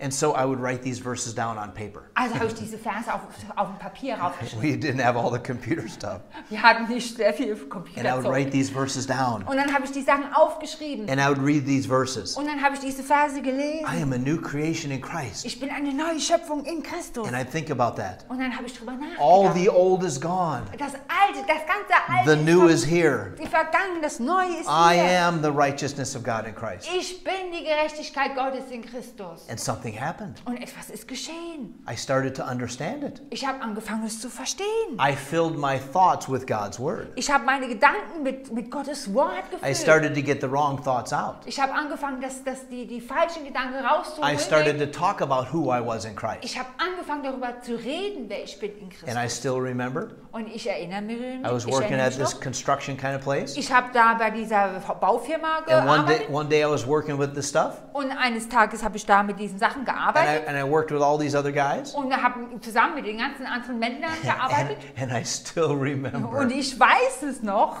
Speaker 1: And so I would write these verses down on paper.
Speaker 2: Also habe ich diese Verse auf, auf dem Papier raufgeschrieben.
Speaker 1: We didn't have all the computer stuff.
Speaker 2: Wir hatten nicht sehr
Speaker 1: And
Speaker 2: viel
Speaker 1: I would
Speaker 2: Computerzeug.
Speaker 1: write these verses down.
Speaker 2: Und dann habe ich die Sachen aufgeschrieben.
Speaker 1: And I would read these verses.
Speaker 2: Und dann habe ich diese Verse
Speaker 1: I
Speaker 2: gelesen.
Speaker 1: am a new creation in Christ.
Speaker 2: Ich bin eine neue Schöpfung in Christus.
Speaker 1: And I think about that.
Speaker 2: Und dann habe ich drüber
Speaker 1: All
Speaker 2: nachgedacht.
Speaker 1: the old is gone.
Speaker 2: Das Alte, das ganze Alte.
Speaker 1: The new
Speaker 2: ver-
Speaker 1: is here.
Speaker 2: die Vergangenheit, das Neue ist
Speaker 1: I
Speaker 2: hier.
Speaker 1: am the righteousness of God in Christ.
Speaker 2: Ich bin die Gerechtigkeit Gottes in Christus.
Speaker 1: And something happened.
Speaker 2: Und etwas ist geschehen.
Speaker 1: I started to understand it.
Speaker 2: Ich habe angefangen, es zu verstehen.
Speaker 1: I filled my thoughts with God's word.
Speaker 2: Ich habe meine Gedanken mit, mit Gottes Wort
Speaker 1: I
Speaker 2: gefüllt.
Speaker 1: started to get the wrong thoughts out.
Speaker 2: Ich habe angefangen, dass, dass die, die falschen Gedanken
Speaker 1: I started
Speaker 2: rauszuholen.
Speaker 1: to talk about who I was in Christ.
Speaker 2: Ich habe angefangen, darüber zu reden, wer ich bin in
Speaker 1: And I
Speaker 2: Christus.
Speaker 1: still remember
Speaker 2: Und ich erinnere mich,
Speaker 1: I was
Speaker 2: ich,
Speaker 1: working
Speaker 2: erinnere
Speaker 1: at
Speaker 2: mich
Speaker 1: this
Speaker 2: noch,
Speaker 1: construction kind of place.
Speaker 2: ich habe da bei dieser Baufirma
Speaker 1: And one day,
Speaker 2: gearbeitet.
Speaker 1: one day I was working with this stuff.
Speaker 2: Und eines Tages habe ich da mit diesen Sachen
Speaker 1: And I,
Speaker 2: gearbeitet.
Speaker 1: and I worked with all these other guys.
Speaker 2: Und habe zusammen mit den ganzen anderen Männern
Speaker 1: And,
Speaker 2: gearbeitet.
Speaker 1: and I still remember.
Speaker 2: Und ich weiß es noch,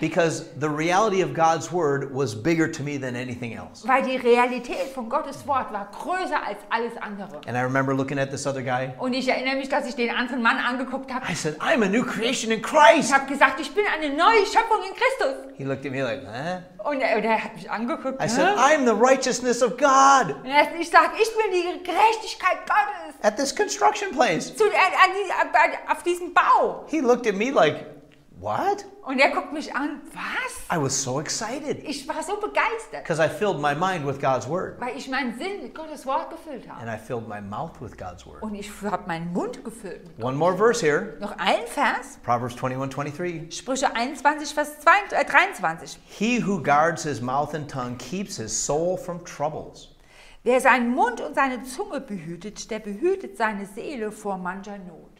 Speaker 1: Because the reality of God's word was bigger to me than anything else.
Speaker 2: weil die Realität von Gottes Wort war größer als alles andere.
Speaker 1: And I remember looking at this other guy.
Speaker 2: Und ich erinnere mich, dass ich den anderen Mann angeguckt habe.
Speaker 1: I said, I'm a new creation in
Speaker 2: Ich
Speaker 1: Christ.
Speaker 2: habe gesagt, ich bin eine neue Schöpfung in Christus.
Speaker 1: He looked at me like, huh?
Speaker 2: Und er, und er hat mich angeguckt.
Speaker 1: I
Speaker 2: hä?
Speaker 1: said, "Ah." I'm the righteousness of God
Speaker 2: und er, ich sage, ich bin die Gerechtigkeit Gottes
Speaker 1: at this construction place.
Speaker 2: zu, an, an, die- an, auf diesem Bau.
Speaker 1: He looked at me like, what?
Speaker 2: Und er guckt mich an, was?
Speaker 1: I was so excited
Speaker 2: Ich war so begeistert,
Speaker 1: because I filled my mind with God's word
Speaker 2: weil ich meinen Sinn mit Gottes Wort gefüllt habe.
Speaker 1: and I filled my mouth with God's word.
Speaker 2: Und ich habe meinen Mund gefüllt.
Speaker 1: One more verse here
Speaker 2: Noch ein Vers,
Speaker 1: Proverbs 21 23.
Speaker 2: Sprüche 21, Vers 22, äh, 23.
Speaker 1: He who guards his mouth and tongue keeps his soul from troubles.
Speaker 2: Wer seinen Mund und seine Zunge behütet, der behütet seine Seele vor mancher Not.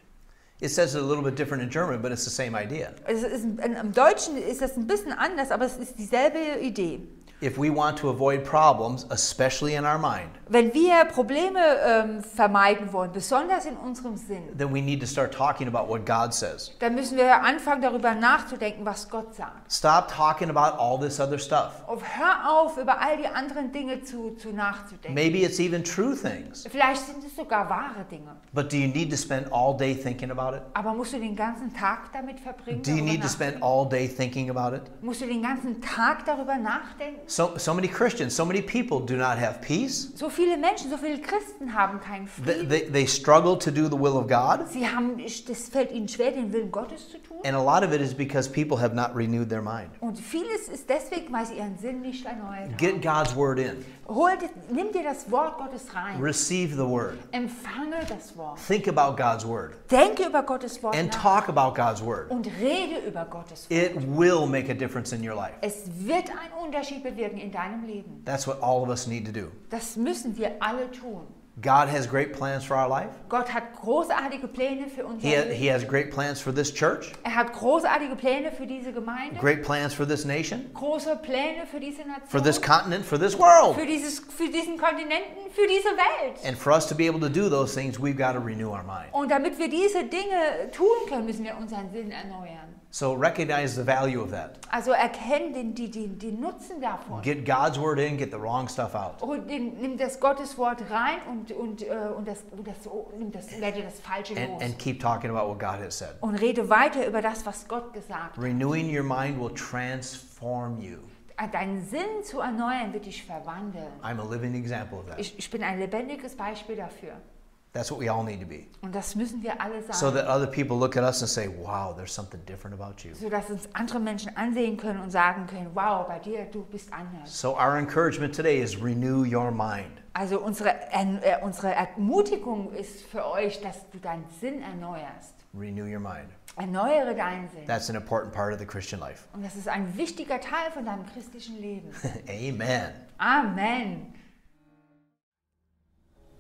Speaker 1: It says it a little bit different in German, but it's the same idea.
Speaker 2: Es ist, in- Im Deutschen ist das ein bisschen anders, aber es ist dieselbe Idee.
Speaker 1: if we want to avoid problems, especially in our mind,
Speaker 2: Wenn wir Probleme ähm, vermeiden wollen, besonders in unserem Sinn,
Speaker 1: then we need to start talking about what God says.
Speaker 2: dann müssen wir anfangen, darüber nachzudenken, was Gott sagt.
Speaker 1: Stop talking about all this other stuff.
Speaker 2: Und hör auf, über all die anderen Dinge zu, zu nachzudenken.
Speaker 1: Maybe it's even true things,
Speaker 2: Vielleicht sind es sogar wahre Dinge.
Speaker 1: but do you need to spend all day thinking about it?
Speaker 2: Aber musst du den ganzen Tag damit verbringen?
Speaker 1: Do you
Speaker 2: darüber
Speaker 1: need to
Speaker 2: nach-
Speaker 1: spend all day thinking about it?
Speaker 2: musst du den ganzen Tag darüber nachdenken?
Speaker 1: So, so many Christians, so many people do not have peace.
Speaker 2: So viele Menschen, so viele Christen haben keinen
Speaker 1: They,
Speaker 2: Frieden.
Speaker 1: they, they struggle to do the will of God,
Speaker 2: Sie haben, das fällt ihnen schwer, den Willen Gottes zu tun.
Speaker 1: and a lot of it is because people have not renewed their mind.
Speaker 2: Und vieles ist deswegen, weil sie ihren Sinn nicht erneuert haben.
Speaker 1: Get God's word in,
Speaker 2: Hol, dir- nimm dir das Wort Gottes rein.
Speaker 1: receive the word,
Speaker 2: Empfange das Wort.
Speaker 1: think about God's word,
Speaker 2: Denke über Gottes Wort
Speaker 1: and
Speaker 2: nach
Speaker 1: talk about God's word.
Speaker 2: und rede über Gottes Wort.
Speaker 1: It will make a difference in your life.
Speaker 2: Es wird einen Unterschied bewirken in deinem Leben.
Speaker 1: That's what all of us need to do.
Speaker 2: Das müssen wir alle tun.
Speaker 1: God has great plans for our life.
Speaker 2: Gott hat großartige Pläne für unser
Speaker 1: He, ha-
Speaker 2: Leben.
Speaker 1: he has great plans for this church,
Speaker 2: Er hat großartige Pläne für diese Gemeinde,
Speaker 1: great plans for this nation,
Speaker 2: große Pläne für diese Nation,
Speaker 1: for this continent, for this world.
Speaker 2: für, dieses, für diesen Kontinenten, für diese Welt.
Speaker 1: And for us to be able to do those things, we've got to renew our mind.
Speaker 2: Und damit wir diese Dinge tun können, müssen wir unseren Sinn erneuern.
Speaker 1: So recognize the value of that.
Speaker 2: Also erkennen den, die, die, den Nutzen davon.
Speaker 1: Get God's word in, get the wrong stuff out.
Speaker 2: Und nimm- nimm das Gotteswort rein und, und, äh, und, das, und das, oh, nimm das, werde das Falsche
Speaker 1: And,
Speaker 2: los.
Speaker 1: and keep talking about what God has said.
Speaker 2: und rede weiter über das, was Gott gesagt hat.
Speaker 1: Renewing your mind will transform you.
Speaker 2: Deinen Sinn zu erneuern wird dich verwandeln.
Speaker 1: I'm a living example of that.
Speaker 2: Ich, ich bin ein lebendiges Beispiel dafür.
Speaker 1: That's what we all need to be.
Speaker 2: Und das müssen wir alle sein.
Speaker 1: So that other people look at us and say, wow, there's something different about you.
Speaker 2: sodass uns andere Menschen ansehen können und sagen können, wow, bei dir, du bist anders.
Speaker 1: So our encouragement today is renew your mind.
Speaker 2: Also unsere, Ern- äh, unsere Ermutigung ist für euch, dass du deinen Sinn erneuerst.
Speaker 1: Renew your mind.
Speaker 2: Erneuere deinen Sinn.
Speaker 1: That's an important part of the Christian life.
Speaker 2: Und das ist ein wichtiger Teil von deinem christlichen Leben.
Speaker 1: [laughs] Amen.
Speaker 2: Amen.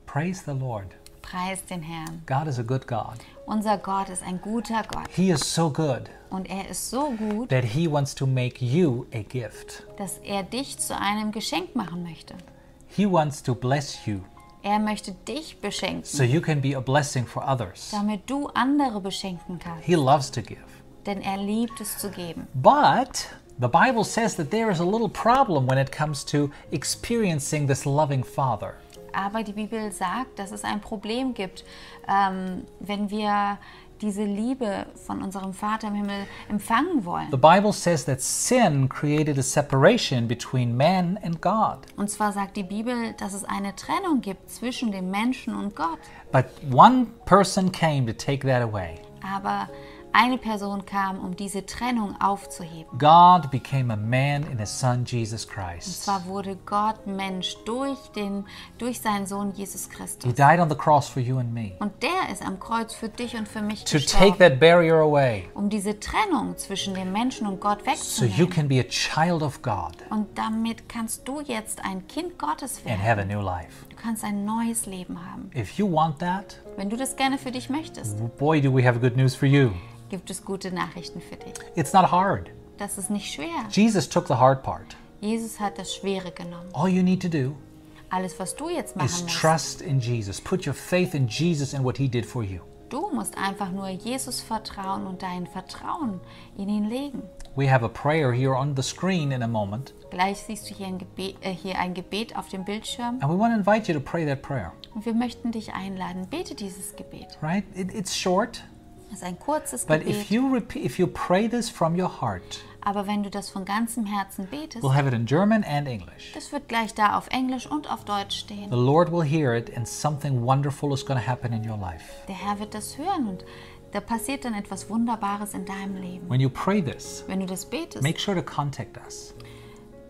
Speaker 3: Praise the Lord.
Speaker 4: Preis den Herrn.
Speaker 3: God is a good God.
Speaker 4: Unser Gott ist ein guter Gott
Speaker 3: He is so good
Speaker 4: und er ist so gut,
Speaker 3: that He wants to make you a gift.
Speaker 4: dass er dich zu einem Geschenk machen möchte.
Speaker 3: He wants to bless you
Speaker 4: Er möchte dich
Speaker 3: so
Speaker 4: beschenken,
Speaker 3: you can be a blessing for others.
Speaker 4: damit du andere beschenken kannst,
Speaker 3: He loves to give.
Speaker 4: denn er liebt es zu geben.
Speaker 3: But the Bible says that there is a little problem when it comes to experiencing this loving Father.
Speaker 4: Aber die Bibel sagt, dass es ein Problem gibt, ähm, wenn wir diese Liebe von unserem Vater im Himmel empfangen wollen.
Speaker 3: The Bible says that sin created a separation between man and God.
Speaker 4: Und zwar sagt die Bibel, dass es eine Trennung gibt zwischen dem Menschen und Gott.
Speaker 3: But one person came to take that away.
Speaker 4: Aber eine Person kam, um diese Trennung aufzuheben.
Speaker 3: God became a man in his son Jesus
Speaker 4: Und
Speaker 3: Christ.
Speaker 4: zwar wurde Gott Mensch durch, den, durch seinen Sohn Jesus
Speaker 3: He
Speaker 4: Christus.
Speaker 3: died on the cross for you and me
Speaker 4: Und der ist am Kreuz für dich und für mich
Speaker 3: to take
Speaker 4: gestorben,
Speaker 3: that barrier away
Speaker 4: um diese Trennung zwischen dem Menschen und Gott
Speaker 3: so you
Speaker 4: wegzunehmen.
Speaker 3: can be a child of God
Speaker 4: Und damit kannst du jetzt ein Kind Gottes
Speaker 3: and
Speaker 4: werden.
Speaker 3: have a new life.
Speaker 4: Du kannst ein neues Leben haben.
Speaker 3: If you want that,
Speaker 4: Wenn du das gerne für dich möchtest,
Speaker 3: boy, do we have good news for you.
Speaker 4: gibt es gute Nachrichten für dich.
Speaker 3: It's not hard.
Speaker 4: Das ist nicht schwer.
Speaker 3: Jesus took the hard part.
Speaker 4: Jesus hat das Schwere genommen.
Speaker 3: All you need to do
Speaker 4: Alles, was du jetzt
Speaker 3: is
Speaker 4: machen musst,
Speaker 3: trust in Jesus. Put your faith in Jesus and what he did for you.
Speaker 4: du musst einfach nur Jesus vertrauen und dein Vertrauen in ihn legen.
Speaker 3: We have a prayer here on the screen in a moment,
Speaker 4: Gleich siehst du hier ein, Gebet, äh, hier ein Gebet auf dem Bildschirm
Speaker 3: and we want to invite you to pray that prayer,
Speaker 4: und wir möchten dich einladen. Bete dieses Gebet.
Speaker 3: right? It, it's short,
Speaker 4: Es ist ein kurzes
Speaker 3: but if
Speaker 4: Gebet,
Speaker 3: you repeat, if you pray this from your heart,
Speaker 4: aber wenn du das von ganzem Herzen betest,
Speaker 3: we'll have it in German and English.
Speaker 4: das wird gleich da auf Englisch und auf Deutsch stehen.
Speaker 3: The Lord will hear it, and something wonderful is going to happen in your life.
Speaker 4: Der Herr wird das hören und da passiert dann etwas Wunderbares in deinem Leben.
Speaker 3: When you pray this,
Speaker 4: Wenn du das betest
Speaker 3: make sure to contact us.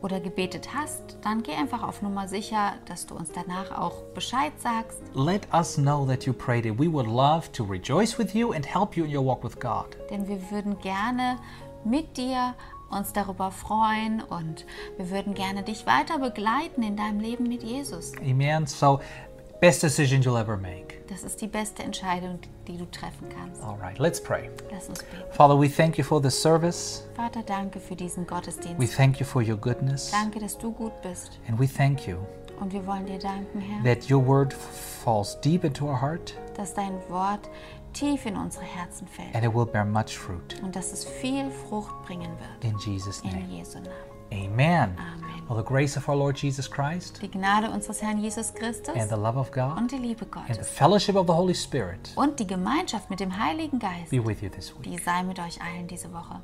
Speaker 4: oder gebetet hast, dann geh einfach auf Nummer sicher, dass du uns danach auch Bescheid sagst.
Speaker 3: Let us know that you prayed it. We would love to rejoice with you and help you in your walk with God.
Speaker 4: denn wir würden gerne mit dir uns darüber freuen und wir würden gerne dich weiter begleiten in deinem Leben mit Jesus.
Speaker 3: Amen. So best decision you'll ever make.
Speaker 4: Das ist die beste Entscheidung, die du treffen kannst.
Speaker 3: All right, let's pray.
Speaker 4: Lass uns beten.
Speaker 3: Father, we thank you for this service.
Speaker 4: Vater, danke für diesen Gottesdienst.
Speaker 3: We thank you for your goodness.
Speaker 4: danke, dass du gut bist.
Speaker 3: And we thank you
Speaker 4: Und wir wollen dir danken, Herr,
Speaker 3: that your word f- falls deep into our heart
Speaker 4: dass dein Wort tief in unsere Herzen fällt.
Speaker 3: and it will bear much fruit.
Speaker 4: Und dass es viel Frucht bringen wird.
Speaker 3: In Jesus'
Speaker 4: In
Speaker 3: name.
Speaker 4: Jesu Namen.
Speaker 3: Amen.
Speaker 4: Amen.
Speaker 3: Well, the grace of our Lord Jesus Christ
Speaker 4: Die Gnade unseres Herrn Jesus Christus
Speaker 3: and the love of God
Speaker 4: und die Liebe
Speaker 3: and the
Speaker 4: Gottes
Speaker 3: fellowship of the Holy Spirit
Speaker 4: und die Gemeinschaft mit dem Heiligen Geist,
Speaker 3: be with you this week.
Speaker 4: die sei mit euch allen diese Woche.